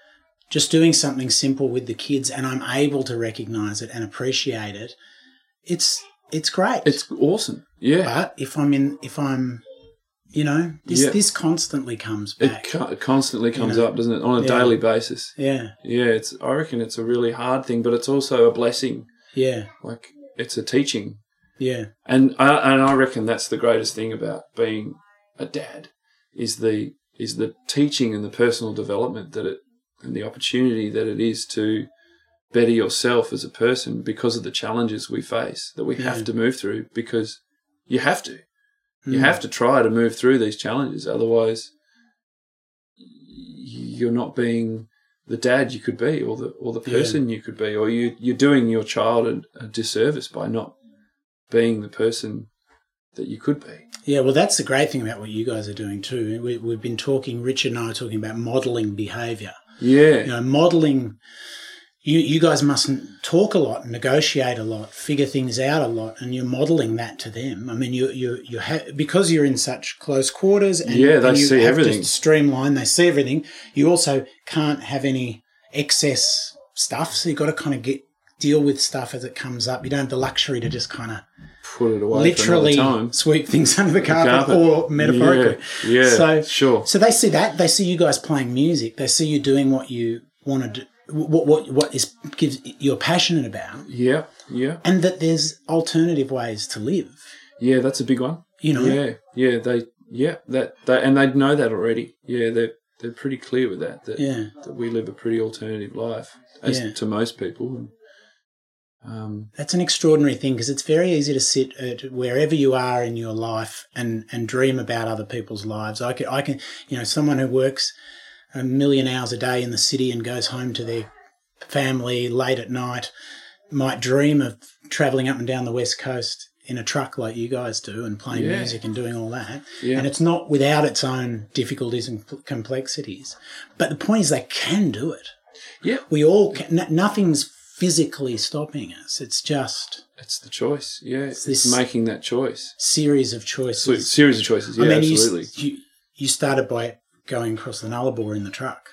just doing something simple with the kids and I'm able to recognize it and appreciate it, it's it's great. It's awesome. Yeah. but if I'm in if I'm you know, this Yeah. this constantly comes It back. co- it constantly comes know. up, doesn't it, on a Yeah. daily basis? yeah. Yeah, it's. I reckon it's a really hard thing, but it's also a blessing. Yeah. Like it's a teaching, Yeah. and I, and I reckon that's the greatest thing about being a dad is the is the teaching and the personal development that it and the opportunity that it is to better yourself as a person because of the challenges we face that we Yeah. have to move through because you have to you Mm. have to try to move through these challenges otherwise you're not being the dad you could be or the or the Yeah. person you could be or you you're doing your child a, a disservice by not being the person that you could be Yeah, well, that's the great thing about what you guys are doing too. We, we've been talking, Richard and I are talking about modeling behaviour. yeah You know, modeling. You you guys mustn't talk a lot, negotiate a lot, figure things out a lot, and you're modeling that to them. I mean, you you you have because you're in such close quarters, and Yeah, they and you see have everything. To streamline, they see everything. You also can't have any excess stuff, so you've got to kind of get deal with stuff as it comes up. You don't have the luxury to just kind of put it away literally for another time sweep things under the carpet, carpet. or metaphorically. Yeah, yeah, so sure. So they see that they see you guys playing music. They see you doing what you want to do, what what what is gives you're passionate about, yeah yeah and that there's alternative ways to live. yeah that's a big one You know, yeah yeah they yeah that they, and they know that already yeah they're they're pretty clear with that that yeah, that we live a pretty alternative life as Yeah. to most people. Um, that's an extraordinary thing because it's very easy to sit at wherever you are in your life and and dream about other people's lives. I can I can you know someone who works a million hours a day in the city and goes home to their family late at night might dream of traveling up and down the west coast in a truck like you guys do and playing Yeah. music and doing all that Yeah. and it's not without its own difficulties and p- complexities but the point is they can do it yeah, we all can n- nothing's physically stopping us it's just it's the choice. Yeah, it's, this- making that choice. series of So, choices series of choices. Yeah, you s- absolutely. you, you started by going across the nullarbor in the truck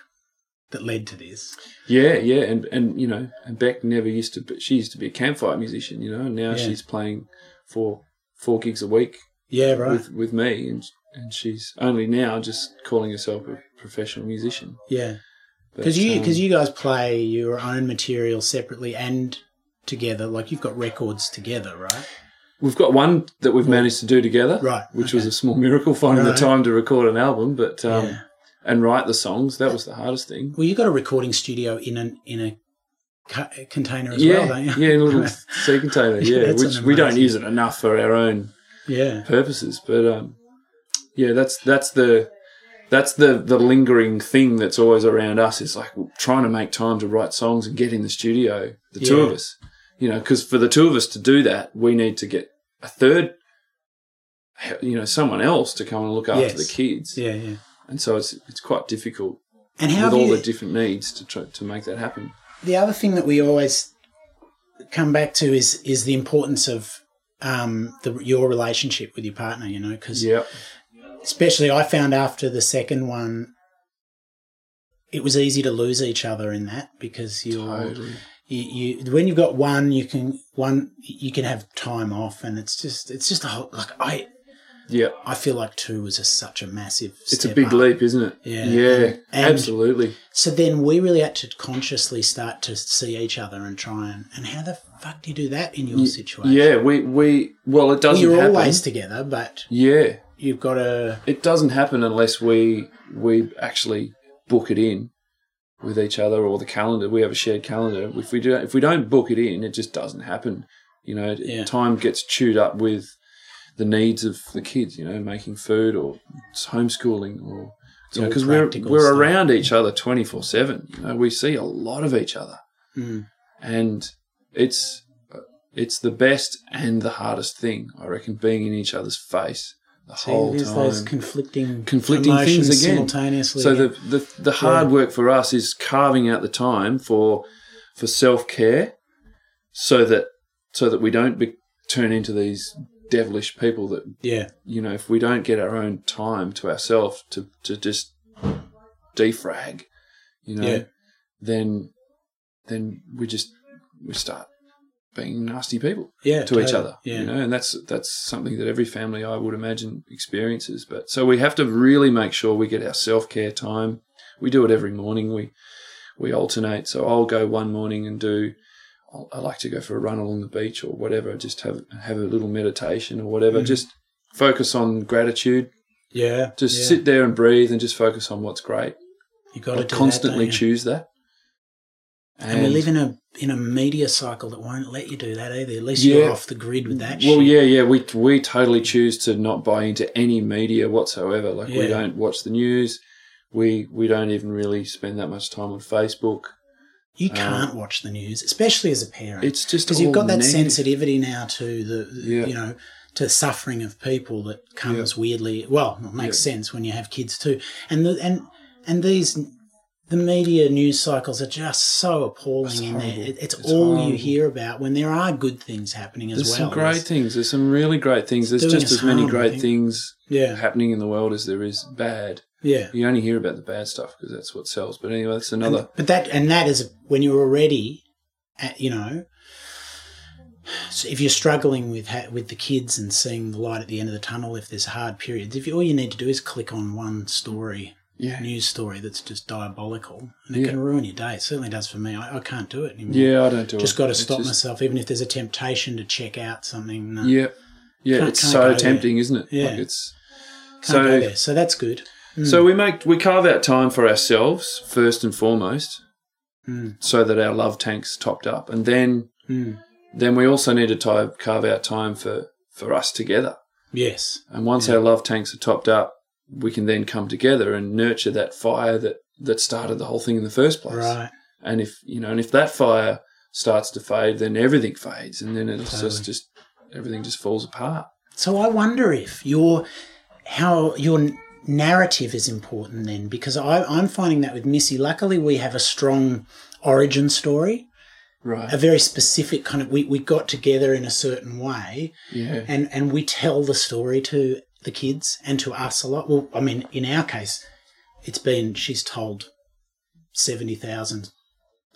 that led to this Yeah, yeah, and and you know, and Beck never used to. Be, she used to be a campfire musician, you know, and now Yeah. she's playing for four gigs a week yeah right with with me, and and she's only now just calling herself a professional musician. yeah But, Because you, um, cause you guys play your own material separately and together. Like you've got records together, right? We've got one that we've managed to do together, Right, Which was okay. a small miracle finding Right. the time to record an album, but um, Yeah. and write the songs. That was the hardest thing. Well, you've got a recording studio in an in a ca- container as yeah, well, don't you? yeah, in a little sea container. Yeah, Yeah, that's which we don't amazing. use it enough for our own yeah, purposes, but um, yeah, that's that's the that's the the lingering thing that's always around us is like trying to make time to write songs and get in the studio. The two Yeah. of us, you know, because for the two of us to do that, we need to get a third, you know, someone else to come and look after Yes. the kids, yeah, yeah. and so it's it's quite difficult And how with have all you, the different needs to try to make that happen. the other thing that we always come back to is is the importance of um, the, your relationship with your partner. You know, because Yeah, especially I found after the second one, it was easy to lose each other in that because you're. totally. you, you when you've got one you can one you can have time off and it's just it's just a whole like i Yeah. i feel like two was just such a massive It's a step big up. leap, isn't it? Yeah. Yeah. And- and- absolutely. so then we really had to consciously start to see each other and try and and how the fuck do you do that in your situation Yeah, we we well it doesn't you're happen. always together but yeah. you've got to It doesn't happen unless we we actually book it in with each other or the calendar. We have a shared calendar. If we do if we don't book it in, it just doesn't happen. You know, it- Yeah. time gets chewed up with the needs of the kids, you know, making food or homeschooling or you know, all because we're practical we're stuff. around each other twenty four seven. You know, we see a lot of each other. mm, and it's It's the best and the hardest thing, I reckon, being in each other's face the whole There's time. those conflicting conflicting emotions things again simultaneously. So yeah. the, the the hard work for us is carving out the time for for self care, so that so that we don't be, turn into these devilish people that yeah, you know if we don't get our own time to ourselves to to just defrag, you know, Yeah. then then we just we start being nasty people yeah, to each totally. other. Yeah, You know, and that's that's something that every family I would imagine experiences. But so we have to really make sure we get our self care time. We do it every morning. We we alternate. So I'll go one morning and do. I'll, I like to go for a run along the beach or whatever. Just have have a little meditation or Mm-hmm. whatever. Just focus on gratitude. yeah. Just yeah. sit there and breathe and just focus on what's great. You got to I do that, constantly don't you? choose that. And, we live in a in a media cycle that won't let you do that either. At least you're Yeah. off the grid with that. Well, shit. yeah, yeah, we we totally choose to not buy into any media whatsoever. Like we Yeah. don't watch the news. We we don't even really spend that much time on Facebook. you can't watch the news, especially as a parent. Uh, It's just because you've all got that negative. sensitivity now to the Yeah. you know to suffering of people that comes weirdly well it makes sense when you have kids too and the and and these the media news cycles are just so appalling It's in there horrible. It- it's, It's all you horrible. hear about when there are good things happening as There's well some great things. There's some really great things. There's doing just us as many harm, I great think. things yeah happening in the world as there is bad. yeah You only hear about the bad stuff because that's what sells. But anyway, that's another. But that and that is when you're already, at, you know, so if you're struggling with ha- with the kids and seeing the light at the end of the tunnel, if there's hard periods, if you, all you need to do is click on one story, Yeah. news story that's just diabolical, and it Yeah. can ruin your day. It certainly does for me. I, I can't do it anymore. Yeah, I don't do it. just got to It's stop just- myself, even if there's a temptation to check out something. No, Yeah. Yeah, Can't- it's can't go so there. tempting, isn't it? Yeah. Like it's can't so go there. So that's good. So Hmm. we make we carve out time for ourselves first and foremost, Mm. so that our love tank's topped up, and then Mm. then we also need to ti- carve out time for for us together. Yes. And once our love tanks are topped up, we can then come together and nurture that fire that that started the whole thing in the first place. Right. And if you know, and if that fire starts to fade, then everything fades, and then it's Totally. just just everything just falls apart. So I wonder if your how your n- narrative is important then, because I, I'm finding that with Missy. Luckily, we have a strong origin story, Right. a very specific kind of. We we got together in a certain way, Yeah. and and we tell the story to the kids and to us a lot. Well, I mean, in our case, it's been she's told seventy thousand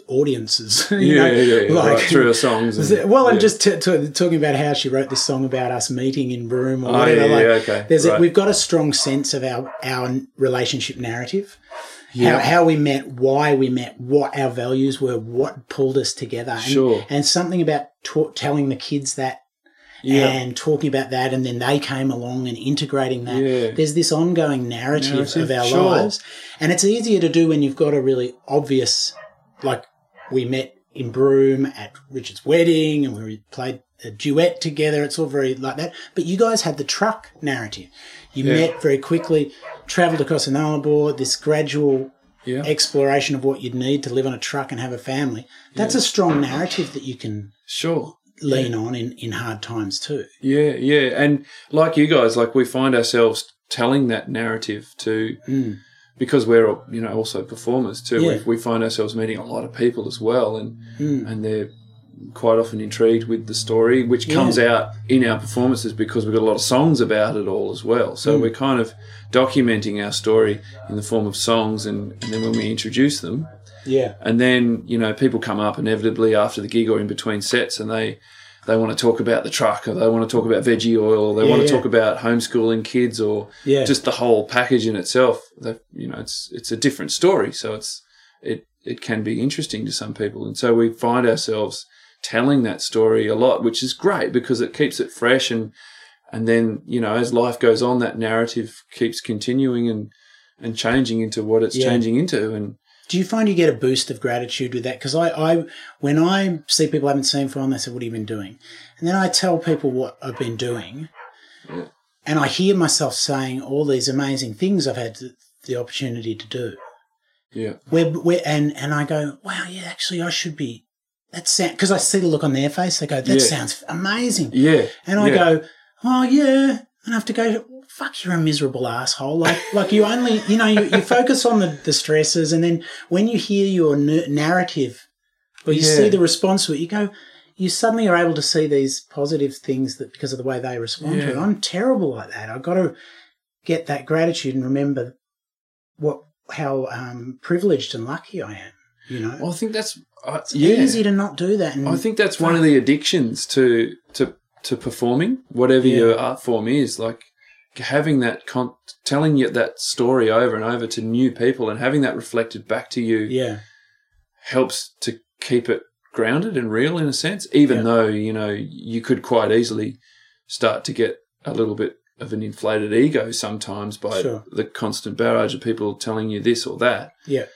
audiences. you Yeah, know, yeah, yeah, like- right, through our songs. was it- well, yeah. I'm just t- t- talking about how she wrote this song about us meeting in room or Oh, whatever. yeah, yeah, like, okay, There's a, right. we've got a strong sense of our our relationship narrative, Yeah. how, how we met, why we met, what our values were, what pulled us together, and, Sure. and something about ta- telling the kids that yeah. and talking about that, and then they came along and integrating that. Yeah. There's this ongoing narrative, Narrative, of our sure. lives, and it's easier to do when you've got a really obvious, like we met in Broome at Richard's wedding, and we played a duet together. It's all very like that. But you guys had the truck narrative. You Yeah. met very quickly, travelled across an Nullarbor, this gradual yeah. exploration of what you'd need to live on a truck and have a family. That's a strong narrative that you can Sure. lean on in, in hard times too. Yeah, yeah. And like you guys, like we find ourselves telling that narrative to because we're you know also performers too. Hmm. Yeah. Hmm. We, we find ourselves meeting a lot of people as well, and and they're quite often intrigued with the story, which comes out in our performances because we've got a lot of songs about it all as well. So Hmm. we're kind of documenting our story in the form of songs, and, and then when we introduce them, Yeah. and then you know people come up inevitably after the gig or in between sets and they they want to talk about the truck or they want to talk about veggie oil or they Yeah, want to yeah. talk about homeschooling kids or Yeah. just the whole package in itself they, you know it's it's a different story so it's it it can be interesting to some people and so we find ourselves telling that story a lot which is great because it keeps it fresh and and then you know as life goes on that narrative keeps continuing and and changing into what it's Yeah. changing into and Do you find you get a boost of gratitude with that? Because I, I, when I see people I haven't seen for a while, they say, "What have you been doing?" And then I tell people what I've been doing, Yeah. and I hear myself saying all these amazing things I've had th- the opportunity to do. yeah Where, where, and and I go, "Wow, yeah, actually, I should be that sound because I see the look on their face. They go, that Yeah. sounds amazing. Yeah. And I yeah. go, oh yeah. And I have to go, fuck, you're a miserable asshole. Like, like you only, you know, you, you focus on the, the stresses, and then when you hear your n- narrative or you Yeah. see the response to it, you go, you suddenly are able to see these positive things that because of the way they respond to it. Yeah. I'm terrible like that. I've got to get that gratitude and remember what how um, privileged and lucky I am. You know, Well, I think that's I it's yeah. easy to not do that. And I think that's one of the addictions to to to performing whatever Yeah. your art form is like having that con- telling you that story over and over to new people and having that reflected back to you yeah, helps to keep it grounded and real in a sense even Yeah. though you know you could quite easily start to get a little bit of an inflated ego sometimes by Sure. the constant barrage of people telling you this or that yeah,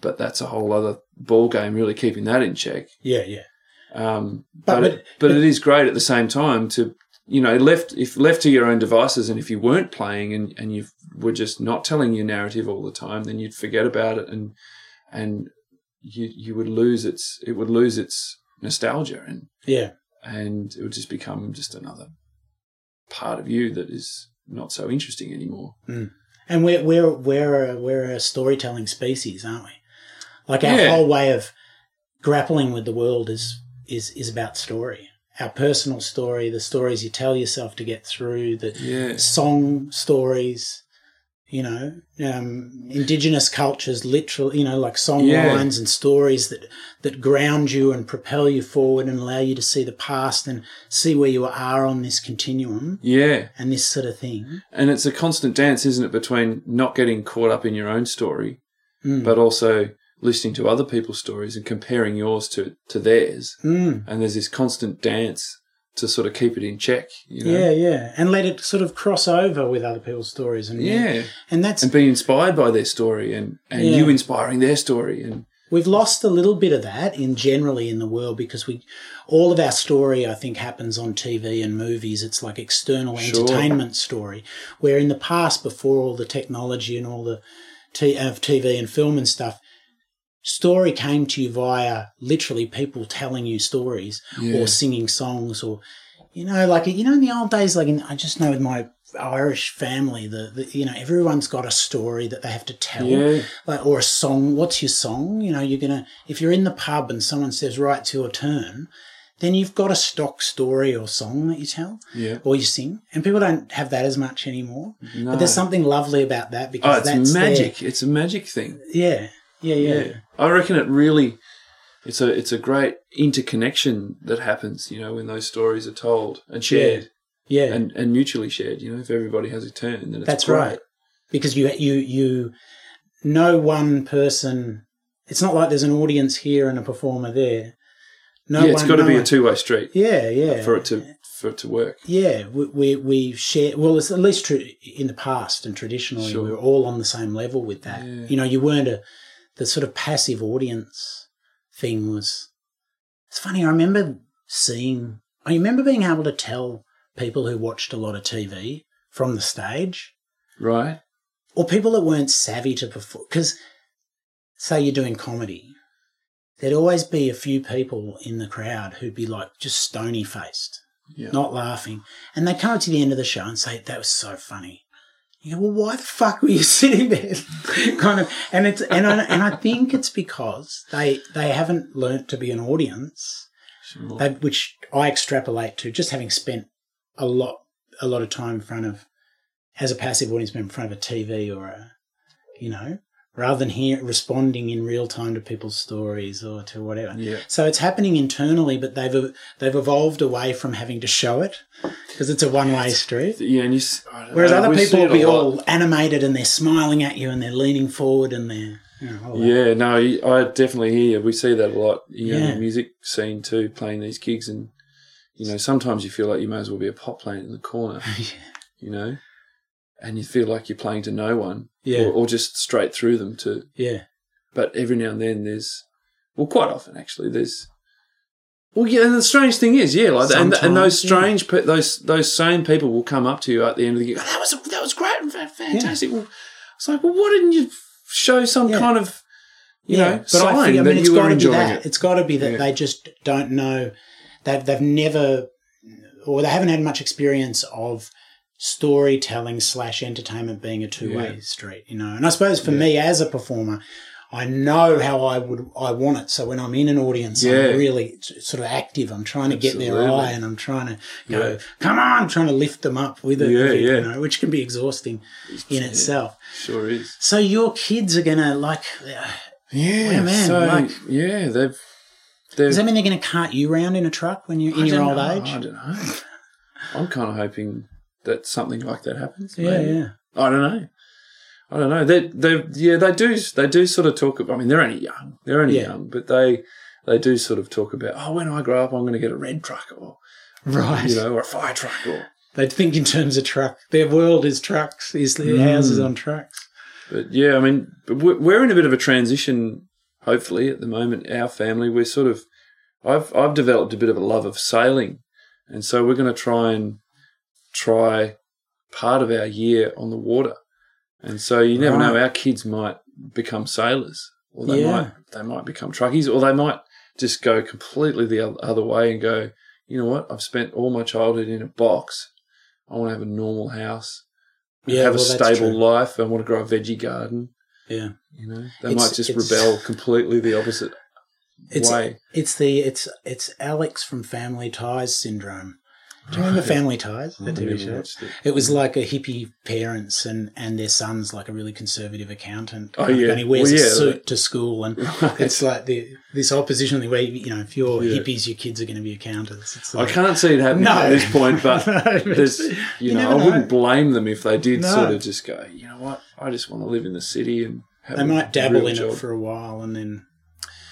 but that's a whole other ball game really keeping that in check yeah, yeah. Um, But- but it- but, it is great at the same time to you know left if left to your own devices and if you weren't playing and and you were just not telling your narrative all the time, then you'd forget about it and and you you would lose its it would lose its nostalgia and yeah. and it would just become just another part of you that is not so interesting anymore. And we're we're we're a, we're a storytelling species, aren't we? Like our Yeah. whole way of grappling with the world is is is about story. Our personal story, the stories you tell yourself to get through, the Yeah. song stories, you know, um, indigenous cultures, literally, you know, like song Yeah. lines and stories that that ground you and propel you forward and allow you to see the past and see where you are on this continuum Yeah. and this sort of thing. And it's a constant dance, isn't it, between not getting caught up in your own story, Mm. but also listening to other people's stories and comparing yours to, to theirs. Mm. And there's this constant dance to sort of keep it in check, you know? Yeah, yeah, and let it sort of cross over with other people's stories, and Yeah. and that's And be inspired by their story and, and Yeah. you inspiring their story. And oh, we've lost a little bit of that in generally in the world because we all of our story I think happens on TV and movies. It's like external Sure. entertainment story, where in the past, before all the technology and all the t- of TV and film and stuff. Story came to you via literally people telling you stories Yeah. or singing songs or you know, like you know, in the old days, like in, I just know with my Irish family, the, the you know, everyone's got a story that they have to tell, Yeah. like or a song. What's your song? You know, you're gonna if you're in the pub and someone says, "Right, it's your turn," then you've got a stock story or song that you tell Yeah. or you sing, and people don't have that as much anymore. No. But there's something lovely about that because Oh, it's that's their- magic. It's a magic thing. yeah, yeah, yeah, yeah. I reckon it really it's a it's a great interconnection that happens, you know, when those stories are told and shared. yeah. and, and mutually shared. You know, if everybody has a turn, then it's That's great. right. Because you you you no one person. It's not like there's an audience here and a performer there. No yeah, it's one- got to no be a one- two way street Yeah, yeah. for it to for it to work. Yeah, we, we we share. Well, it's at least true in the past and traditionally, Sure. we were all on the same level with that. Yeah. You know, you weren't a the sort of passive audience thing was. It's funny. I remember seeing. I remember being able to tell people who watched a lot of TV from the stage Right. or people that weren't savvy to perform. Because, say, you're doing comedy, there'd always be a few people in the crowd who'd be like just stony faced, Yeah. not laughing. And they come up to the end of the show and say, That was so funny. You go, Well, why the fuck were you sitting there? kind of. And it's, and I, and I think it's because they, they haven't learnt to be an audience Sure. they, uh, which I extrapolate to just having spent a lot a lot of time in front of as a passive audience member in front of a TV or a you know rather than here responding in real time to people's stories or to whatever. Yeah. So it's happening internally, but they've they've evolved away from having to show it because it's a one way street. Yeah, and you. s- I don't Whereas know, other we people see it will be a lot. all animated and they're smiling at you and they're leaning forward and they're you know, all that. Yeah, no, you- I definitely hear you. We see that a lot you know, in Yeah. the music scene too, playing these gigs, and you know, sometimes you feel like you may as well be a pop plant in the corner, you know, and you feel like you're playing to no one, Yeah. or, or just straight through them to yeah. but every now and then there's well quite often actually there's well yeah and the strange thing is yeah like and, and those Sometimes, yeah. strange pe- those those same people will come up to you at the end of the game oh, that was that was great and fa- fantastic well, it's like well why didn't you show some Yeah. kind of You yeah, know, but sign I think, I that mean, it's you got were to be enjoying that. it. It's got to be that Yeah. they just don't know. They've they've never, or they haven't had much experience of storytelling slash entertainment being a two way street. You know, and I suppose for me as a performer, I know how I would I want it. So when I'm in an audience, Yeah. I'm really s- sort of active. I'm trying to get their Absolutely. eye, and I'm trying to go, Yeah. come on, I'm trying to lift them up with it. Yeah, with it, yeah. You know, which can be exhausting in itself. Sure is. So your kids are gonna like. uh, Yeah, man, So, like- yeah, they've. they've Does that mean they're going to cart you round in a truck when you're I in your don't old know, I age? don't know. I'm kind of hoping that something like that happens. Yeah, maybe. yeah. I don't know. I don't know. They, they, yeah, they do. They do sort of talk about. I mean, they're only young. They're only Yeah. young, but they, they do sort of talk about. Oh, when I grow up, I'm going to get a red truck, or Right. you know, or a fire truck, or. They think in terms of truck. Their world is trucks, is their Mm. houses on trucks. But yeah, I mean, but we're we're in a bit of a transition. Hopefully, at the moment, our family we're sort of, I've I've developed a bit of a love of sailing, and so we're going to try and try part of our year on the water, and so you never know, Right. our kids might become sailors, or they Yeah. might they might become truckies, or they might just go completely the oth- other way and go, you know what? I've spent all my childhood in a box. I want to have a normal house Yeah, have well, a that's stable true. life and want to grow a veggie garden. Yeah. You know, they It's- might just it's- rebel completely the opposite It's way. it's the it's it's Alex from Family Ties syndrome. Do you remember Family Ties? The I TV never show. watched it. It was like a hippie parents and, and their son's like a really conservative accountant. Oh, yeah. And he wears Well, a yeah, suit like- to school and it's like the this opposition where you know, if you're Yeah. hippies your kids are gonna be accountants. It's I like, can't see it happening No. at this point, but No, but there's, you, you know, never I wouldn't know. blame them if they did No. sort of just go, you know what, I just want to live in the city and have They a might dabble real in job. it for a while and then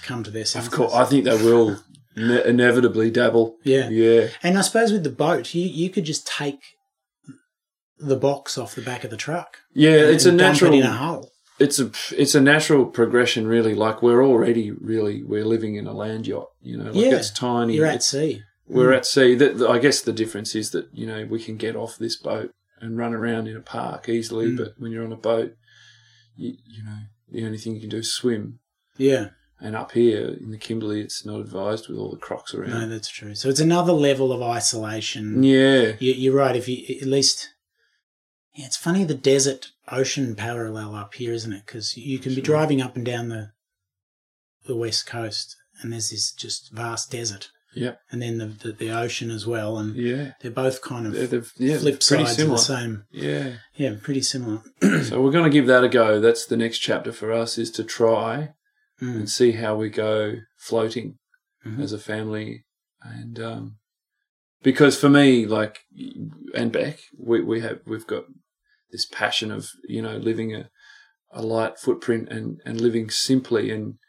come to their senses. Of course, I think they will ne- inevitably dabble. Yeah. Yeah. And I suppose with the boat, you, you could just take the box off the back of the truck. Yeah, and- it's a and dump it natural in a hull. it's a it's a natural progression really like we're already really we're living in a land yacht you know like Yeah. it's tiny You're Mm. at It's- sea. we're at sea that that- i guess the difference is that you know we can get off this boat and run around in a park easily Mm. but when you're on a boat you, you know the only thing you can do is swim Yeah. and up here in the kimberley it's not advised with all the crocs No, around that's true. So it's another level of isolation. Mm. yeah You, you're right. If you at least, yeah, it's funny the desert ocean parallel up here, isn't it? Because you can be Sure. driving up and down the the west coast, and there's this just vast desert, yeah and then the the, the ocean as well, and yeah they're both kind of They're- they're- yeah, flip pretty sides similar. of the same. yeah Yeah, pretty similar. so we're going to give that a go that's the next chapter for us is to try Mm. and see how we go floating Mhm. as a family. And um, because for me, like and Beck, we, we have we've got this passion of you know living a, a light footprint and and living simply and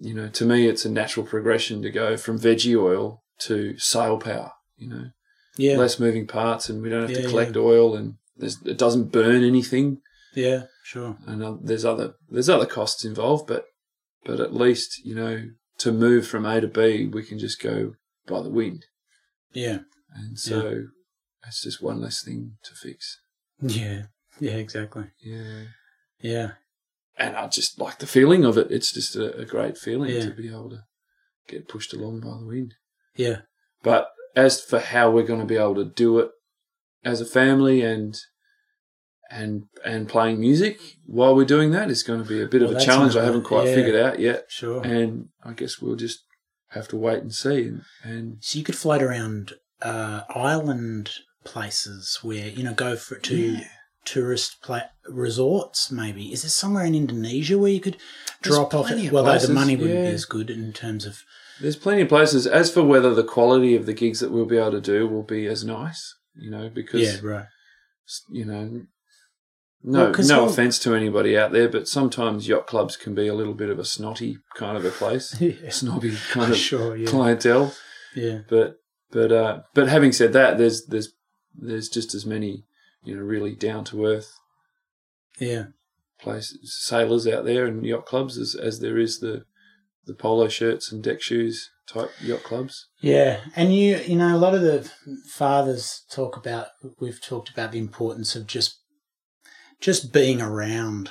you know to me it's a natural progression to go from veggie oil to sail power. You know, Yeah, less moving parts and we don't have Yeah, to collect oil and there's, it doesn't burn anything yeah, sure. and uh, there's other there's other costs involved, but but at least you know to move from A to B, we can just go by the wind, Yeah, and so that's just one less thing to fix. yeah, yeah, exactly. Yeah, Yeah, and I just like the feeling of it. It's just a, a great feeling Yeah. to be able to get pushed along by the wind. yeah, But as for how we're going to be able to do it as a family and and and playing music while we're doing that is going to be a bit Well, of a that's challenge. I another- haven't quite yeah. figured out yet. sure. and I guess we'll just have to wait and see. And, and So you could float around uh, island places where you know go for to tourist pla- resorts. Maybe is there somewhere in Indonesia where you could There's drop off? plenty of well, though the places, money wouldn't yeah. be as good in terms of there's plenty of places. As for whether the quality of the gigs that we'll be able to do will be as nice, you know, because yeah, right. you know, no, Well, 'cause no all- offense to anybody out there, but sometimes yacht clubs can be a little bit of a snotty kind of a place, Yeah. snobby kind of sure, yeah, clientele. yeah, But but uh, but having said that, there's there's there's just as many you know really down to earth yeah, place sailors out there and yacht clubs as, as there is the the polo shirts and deck shoes type yacht clubs. yeah. And you, you know, a lot of the fathers talk about. We've talked about the importance of just just being around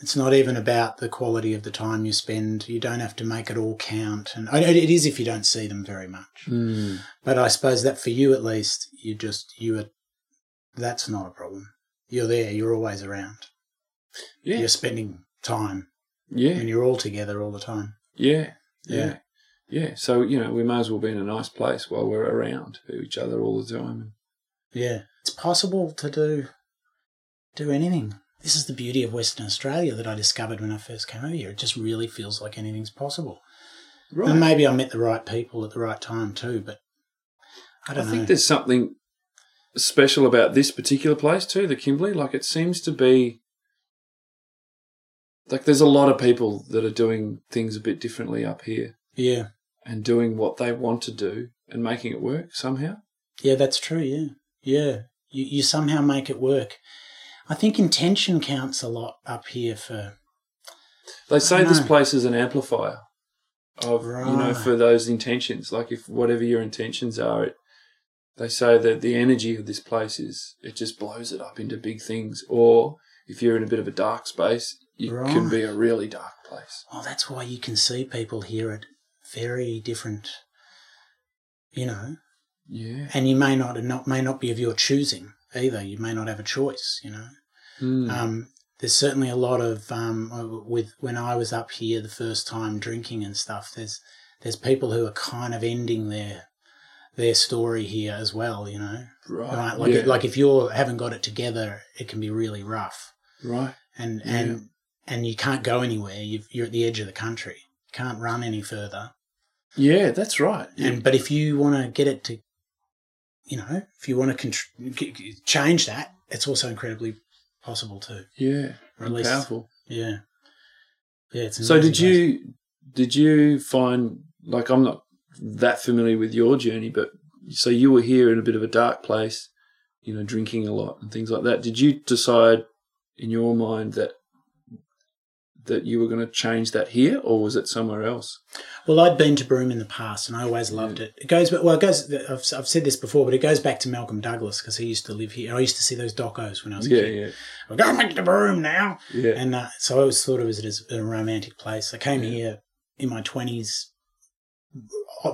It's not even about the quality of the time you spend. You don't have to make it all count. And I know it is if you don't see them very much. But I suppose that for you at least, you just, you are, that's not a problem. You're there, you're always around. Yeah. You're spending time Yeah. and you're all together all the time. Yeah. Yeah. Yeah. Yeah. So, you know, we may as well be in a nice place while we're around each other all the time. Yeah. It's possible to do do anything. This is the beauty of Western Australia that I discovered when I first came over here. It just really feels like anything's possible. And maybe I met the right people at the right time too, but I I, don't know. think there's something special about this particular place too, the Kimberley. Like it seems to be like there's a lot of people that are doing things a bit differently up here yeah. and doing what they want to do and making it work somehow. Yeah, that's true. Yeah. Yeah. You, you somehow make it work. I think intention counts a lot up here for. They say this know. place is an amplifier of you know Right. for those intentions. Like if whatever your intentions are, it they say that the energy of this place is it just blows it up into big things. Or if you're in a bit of a dark space, you can Right. be a really dark place. Oh, that's why you can see people here at very different, you know, Yeah. and you may not not may not be of your choosing either. You may not have a choice, you know. Mm. Um, there's certainly a lot of um, with when I was up here the first time drinking and stuff. There's there's people who are kind of ending their their story here as well, you know. right. Right, like yeah. like if you haven't got it together, it can be really rough, right. and and and you can't go anywhere. You've, you're at the edge of the country, can't run any further. Yeah, that's right. And but if you want to get it to, you know, if you want to contr- g- g- change that, it's also incredibly possible too. yeah. Or at least, Powerful. yeah, yeah. It's an So did amazing place. you did you find like I'm not that familiar with your journey, but so you were here in a bit of a dark place, you know, drinking a lot and things like that. Did you decide in your mind that that you were going to change that here, or was it somewhere else? Well, I'd been to Broome in the past, and I always loved it. It goes well. It goes. I've, I've said this before, but it goes back to Malcolm Douglas because he used to live here. I used to see those docos when I was a Yeah, kid. yeah, We're going back to Broome now. yeah, And uh, so I always thought of it as a romantic place. I came here in my 20s,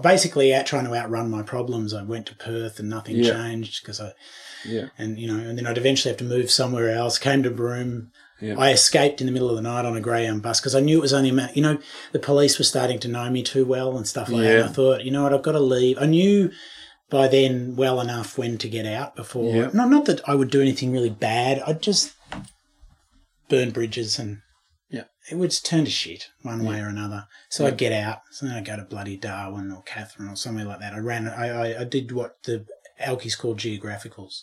basically out trying to outrun my problems. I went to Perth and nothing Yeah. changed because I, yeah, and you know, and then I'd eventually have to move somewhere else. Came to Broome. Yeah. I escaped in the middle of the night on a Greyhound bus because I knew it was only a matter, you know, the police were starting to know me too well and stuff like that. Yeah. And I thought, you know what, I've got to leave. I knew by then well enough when to get out before. Yeah. Not, not that I would do anything really bad. I'd just burn bridges and Yeah. it would just turn to shit one way or another. So I'd get out. So then I'd go to bloody Darwin or Catherine or somewhere like that. I ran, I, I, I did what the Alkies called geographicals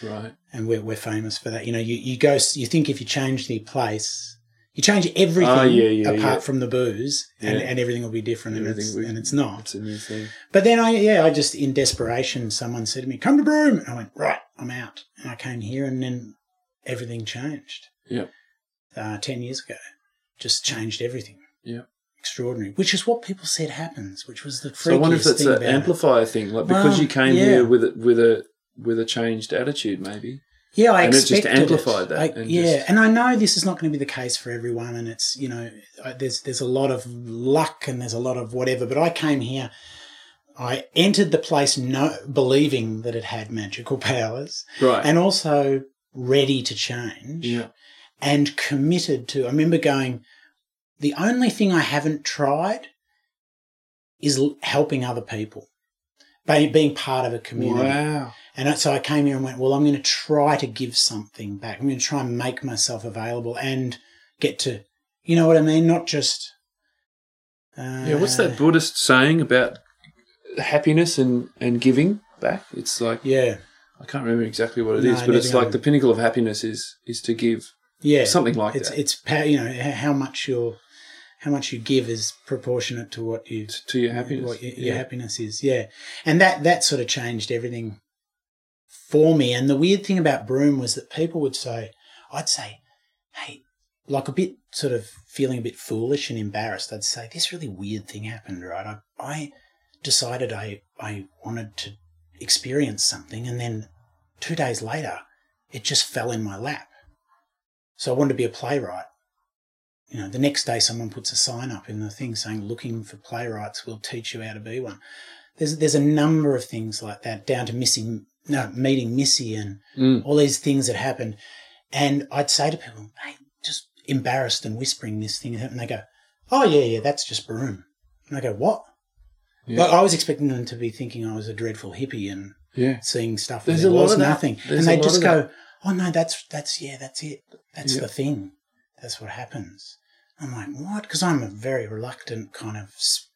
right, and we're, we're famous for that. You know, you, you go, you think if you change the place, you change everything Ah, yeah, yeah, apart yeah. from the booze, and, Yeah. and everything will be different, and it's, Everything will- and it's not. that's a new thing. But then I, yeah, I just in desperation, someone said to me, "Come to Broome," and I went, "Right, I'm out." And I came here, and then everything changed. Yeah. uh, ten years ago, just changed everything. Yeah. extraordinary. Which is what people said happens. Which was the freakiest So I wonder if that's thing an about it. amplifier thing, like because Well, you came yeah. here with a, with a with a changed attitude, maybe. Yeah, I And it just expected amplified that I- and yeah, just- and I know this is not going to be the case for everyone, and it's you know I- there's there's a lot of luck and there's a lot of whatever. But I came here, I entered the place no believing that it had magical powers, Right. and also ready to change yeah. and committed to. I remember going, the only thing I haven't tried is l- helping other people, be- being part of a community. Wow. And so I came here and went, well, I'm going to try to give something back. I'm going to try and make myself available and get to, you know what I mean? Not just. Uh, Yeah, what's that Buddhist saying about happiness and, and giving back? It's like Yeah, I can't remember exactly what it is, No, but it's neither like can I. the pinnacle of happiness is is to give yeah, something like it's that it's pa- you know h- how much you how much you give is proportionate to what you t- to your happiness. what your, yeah. your happiness is. Yeah, and that that sort of changed everything for me. And the weird thing about Broome was that people would say, I'd say, hey, like a bit sort of feeling a bit foolish and embarrassed. I'd say this really weird thing happened, right? I I decided I I wanted to experience something, and then two days later, it just fell in my lap. So I wanted to be a playwright. you know, the next day someone puts a sign up in the thing saying, looking for playwrights will teach you how to be one. There's, there's a number of things like that down to missing, no, meeting Missy and Mm. all these things that happened. And I'd say to people, hey, just embarrassed and whispering this thing happened. They go, oh, yeah, yeah, that's just broom. And I go, what? Yeah. Like, I was expecting them to be thinking I was a dreadful hippie and Yeah. seeing stuff There's that a there lot was of that. nothing. There's and a they lot just of go, Oh no, that's that's yeah, that's it. That's Yeah. the thing. That's what happens. I'm like, what? Because I'm a very reluctant kind of, s-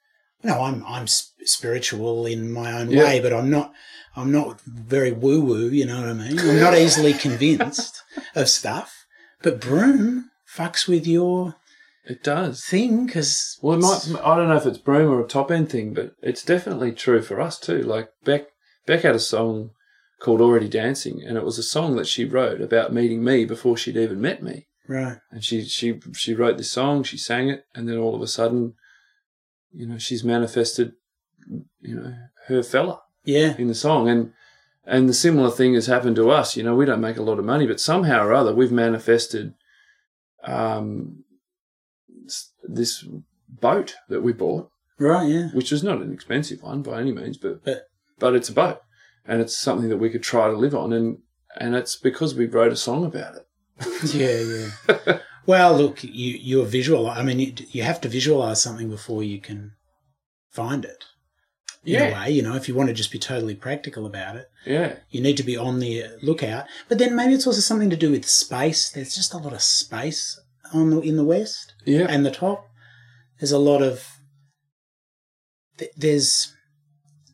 you know, I'm I'm s- spiritual in my own Yeah. way, but I'm not I'm not very woo woo. You know what I mean? I'm not easily convinced of stuff. But broom fucks with your It does. thing because Well, it might, I don't know if it's broom or a top end thing, but it's definitely true for us too. Like Beck, Beck had a song called "Already Dancing," and it was a song that she wrote about meeting me before she'd even met me. right. And she she she wrote this song, she sang it, and then all of a sudden, you know, she's manifested, you know, her fella Yeah, in the song, and and the similar thing has happened to us. You know, we don't make a lot of money, but somehow or other, we've manifested um, s- this boat that we bought right. Yeah, which is not an expensive one by any means, but But- but, it's a boat, and it's something that we could try to live on, and and it's because we wrote a song about it. yeah, yeah. Well, look, you you're visual. I mean, you, you have to visualize something before you can find it. In a way, you know, if you want to just be totally practical about it, yeah, you need to be on the lookout. But then maybe it's also something to do with space. There's just a lot of space on the, in the west yeah, and the top. There's a lot of th- there's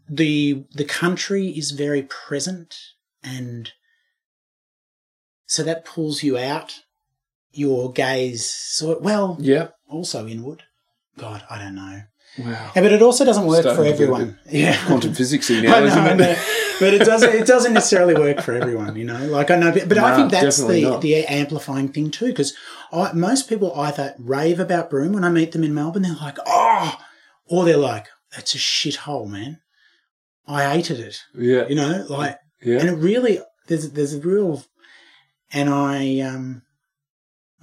the the country is very present and so that pulls you out your gaze sort well yeah. also inward. God, I don't know. Wow, Yeah, but it also doesn't work Starting for to get a everyone. Yeah. quantum physicsy I now, know, I isn't know. it? but it doesn't it doesn't necessarily work for everyone, you know. Like I know, but, but I No, think that's definitely the, not. the amplifying thing too, because most people either rave about Broome when I meet them in Melbourne, they're like, oh, or they're like, that's a shithole, man. I hated it, Yeah, you know. Like, and yeah, it really there's there's a real, and I um,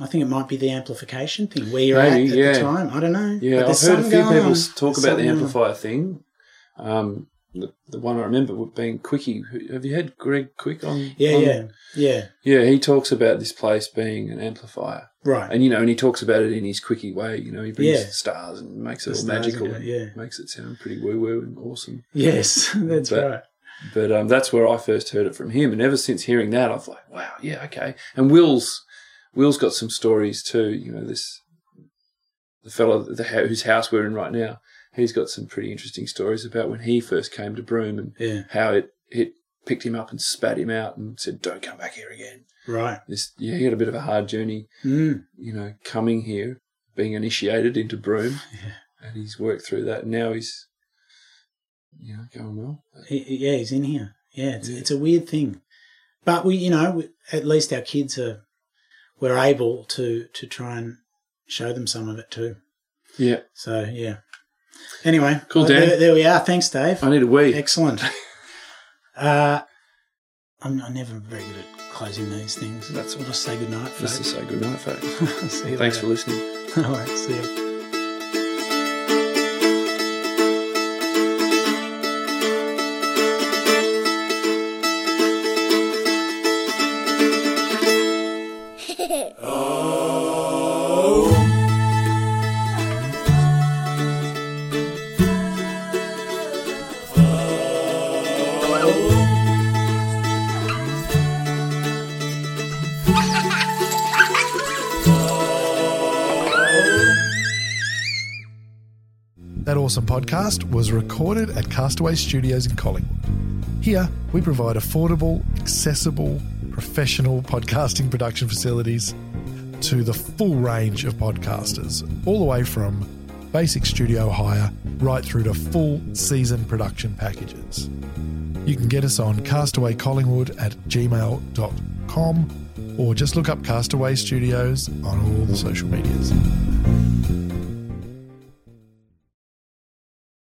I think it might be the amplification thing where you're Maybe, at at yeah. the time. I don't know. But yeah. I've there's heard a something few going people on. s- talk There's about the something going on. amplifier thing. Um, the, the one I remember would being Quickie. Who- Have you had Greg Quick on? Yeah, on- yeah, yeah. yeah. He talks about this place being an amplifier, Right. and you know, and he talks about it in his Quickie way. You know, he brings Yeah. stars and makes The it all stars magical. and- and yeah. makes it sound pretty woo woo and awesome. Yes, that's But- right. But um, that's where I first heard it from him, and ever since hearing that, I've like, wow, yeah, okay. And Will's Will's got some stories too. You know, this the fellow the, hou- whose house we're in right now, he's got some pretty interesting stories about when he first came to Broome and Yeah, how it it picked him up and spat him out and said, "Don't come back here again." right. This yeah, he had a bit of a hard journey, Mm. you know, coming here, being initiated into Broome, and he's worked through that. And now he's you know going well. But- He- he- Yeah, he's in here. Yeah, it's, Yeah. it's a weird thing, but we, you know, we, at least our kids are we're able to to try and show them some of it too. yeah. So yeah. Anyway, Cool, uh, Dan. Oh, There, there we are. Thanks, Dave. I need a wee. Excellent. Uh, I'm, I'm never very good at closing these things. That's all we'll just say goodnight, Just to folks. say good night, folks. See you Thanks for later. listening. All right, see you. That Awesome Podcast was recorded at Castaway Studios in Collingwood. Here, we provide affordable, accessible, professional podcasting production facilities to the full range of podcasters, all the way from basic studio hire right through to full season production packages. You can get us on castawaycollingwood at gmail.com or just look up Castaway Studios on all the social medias.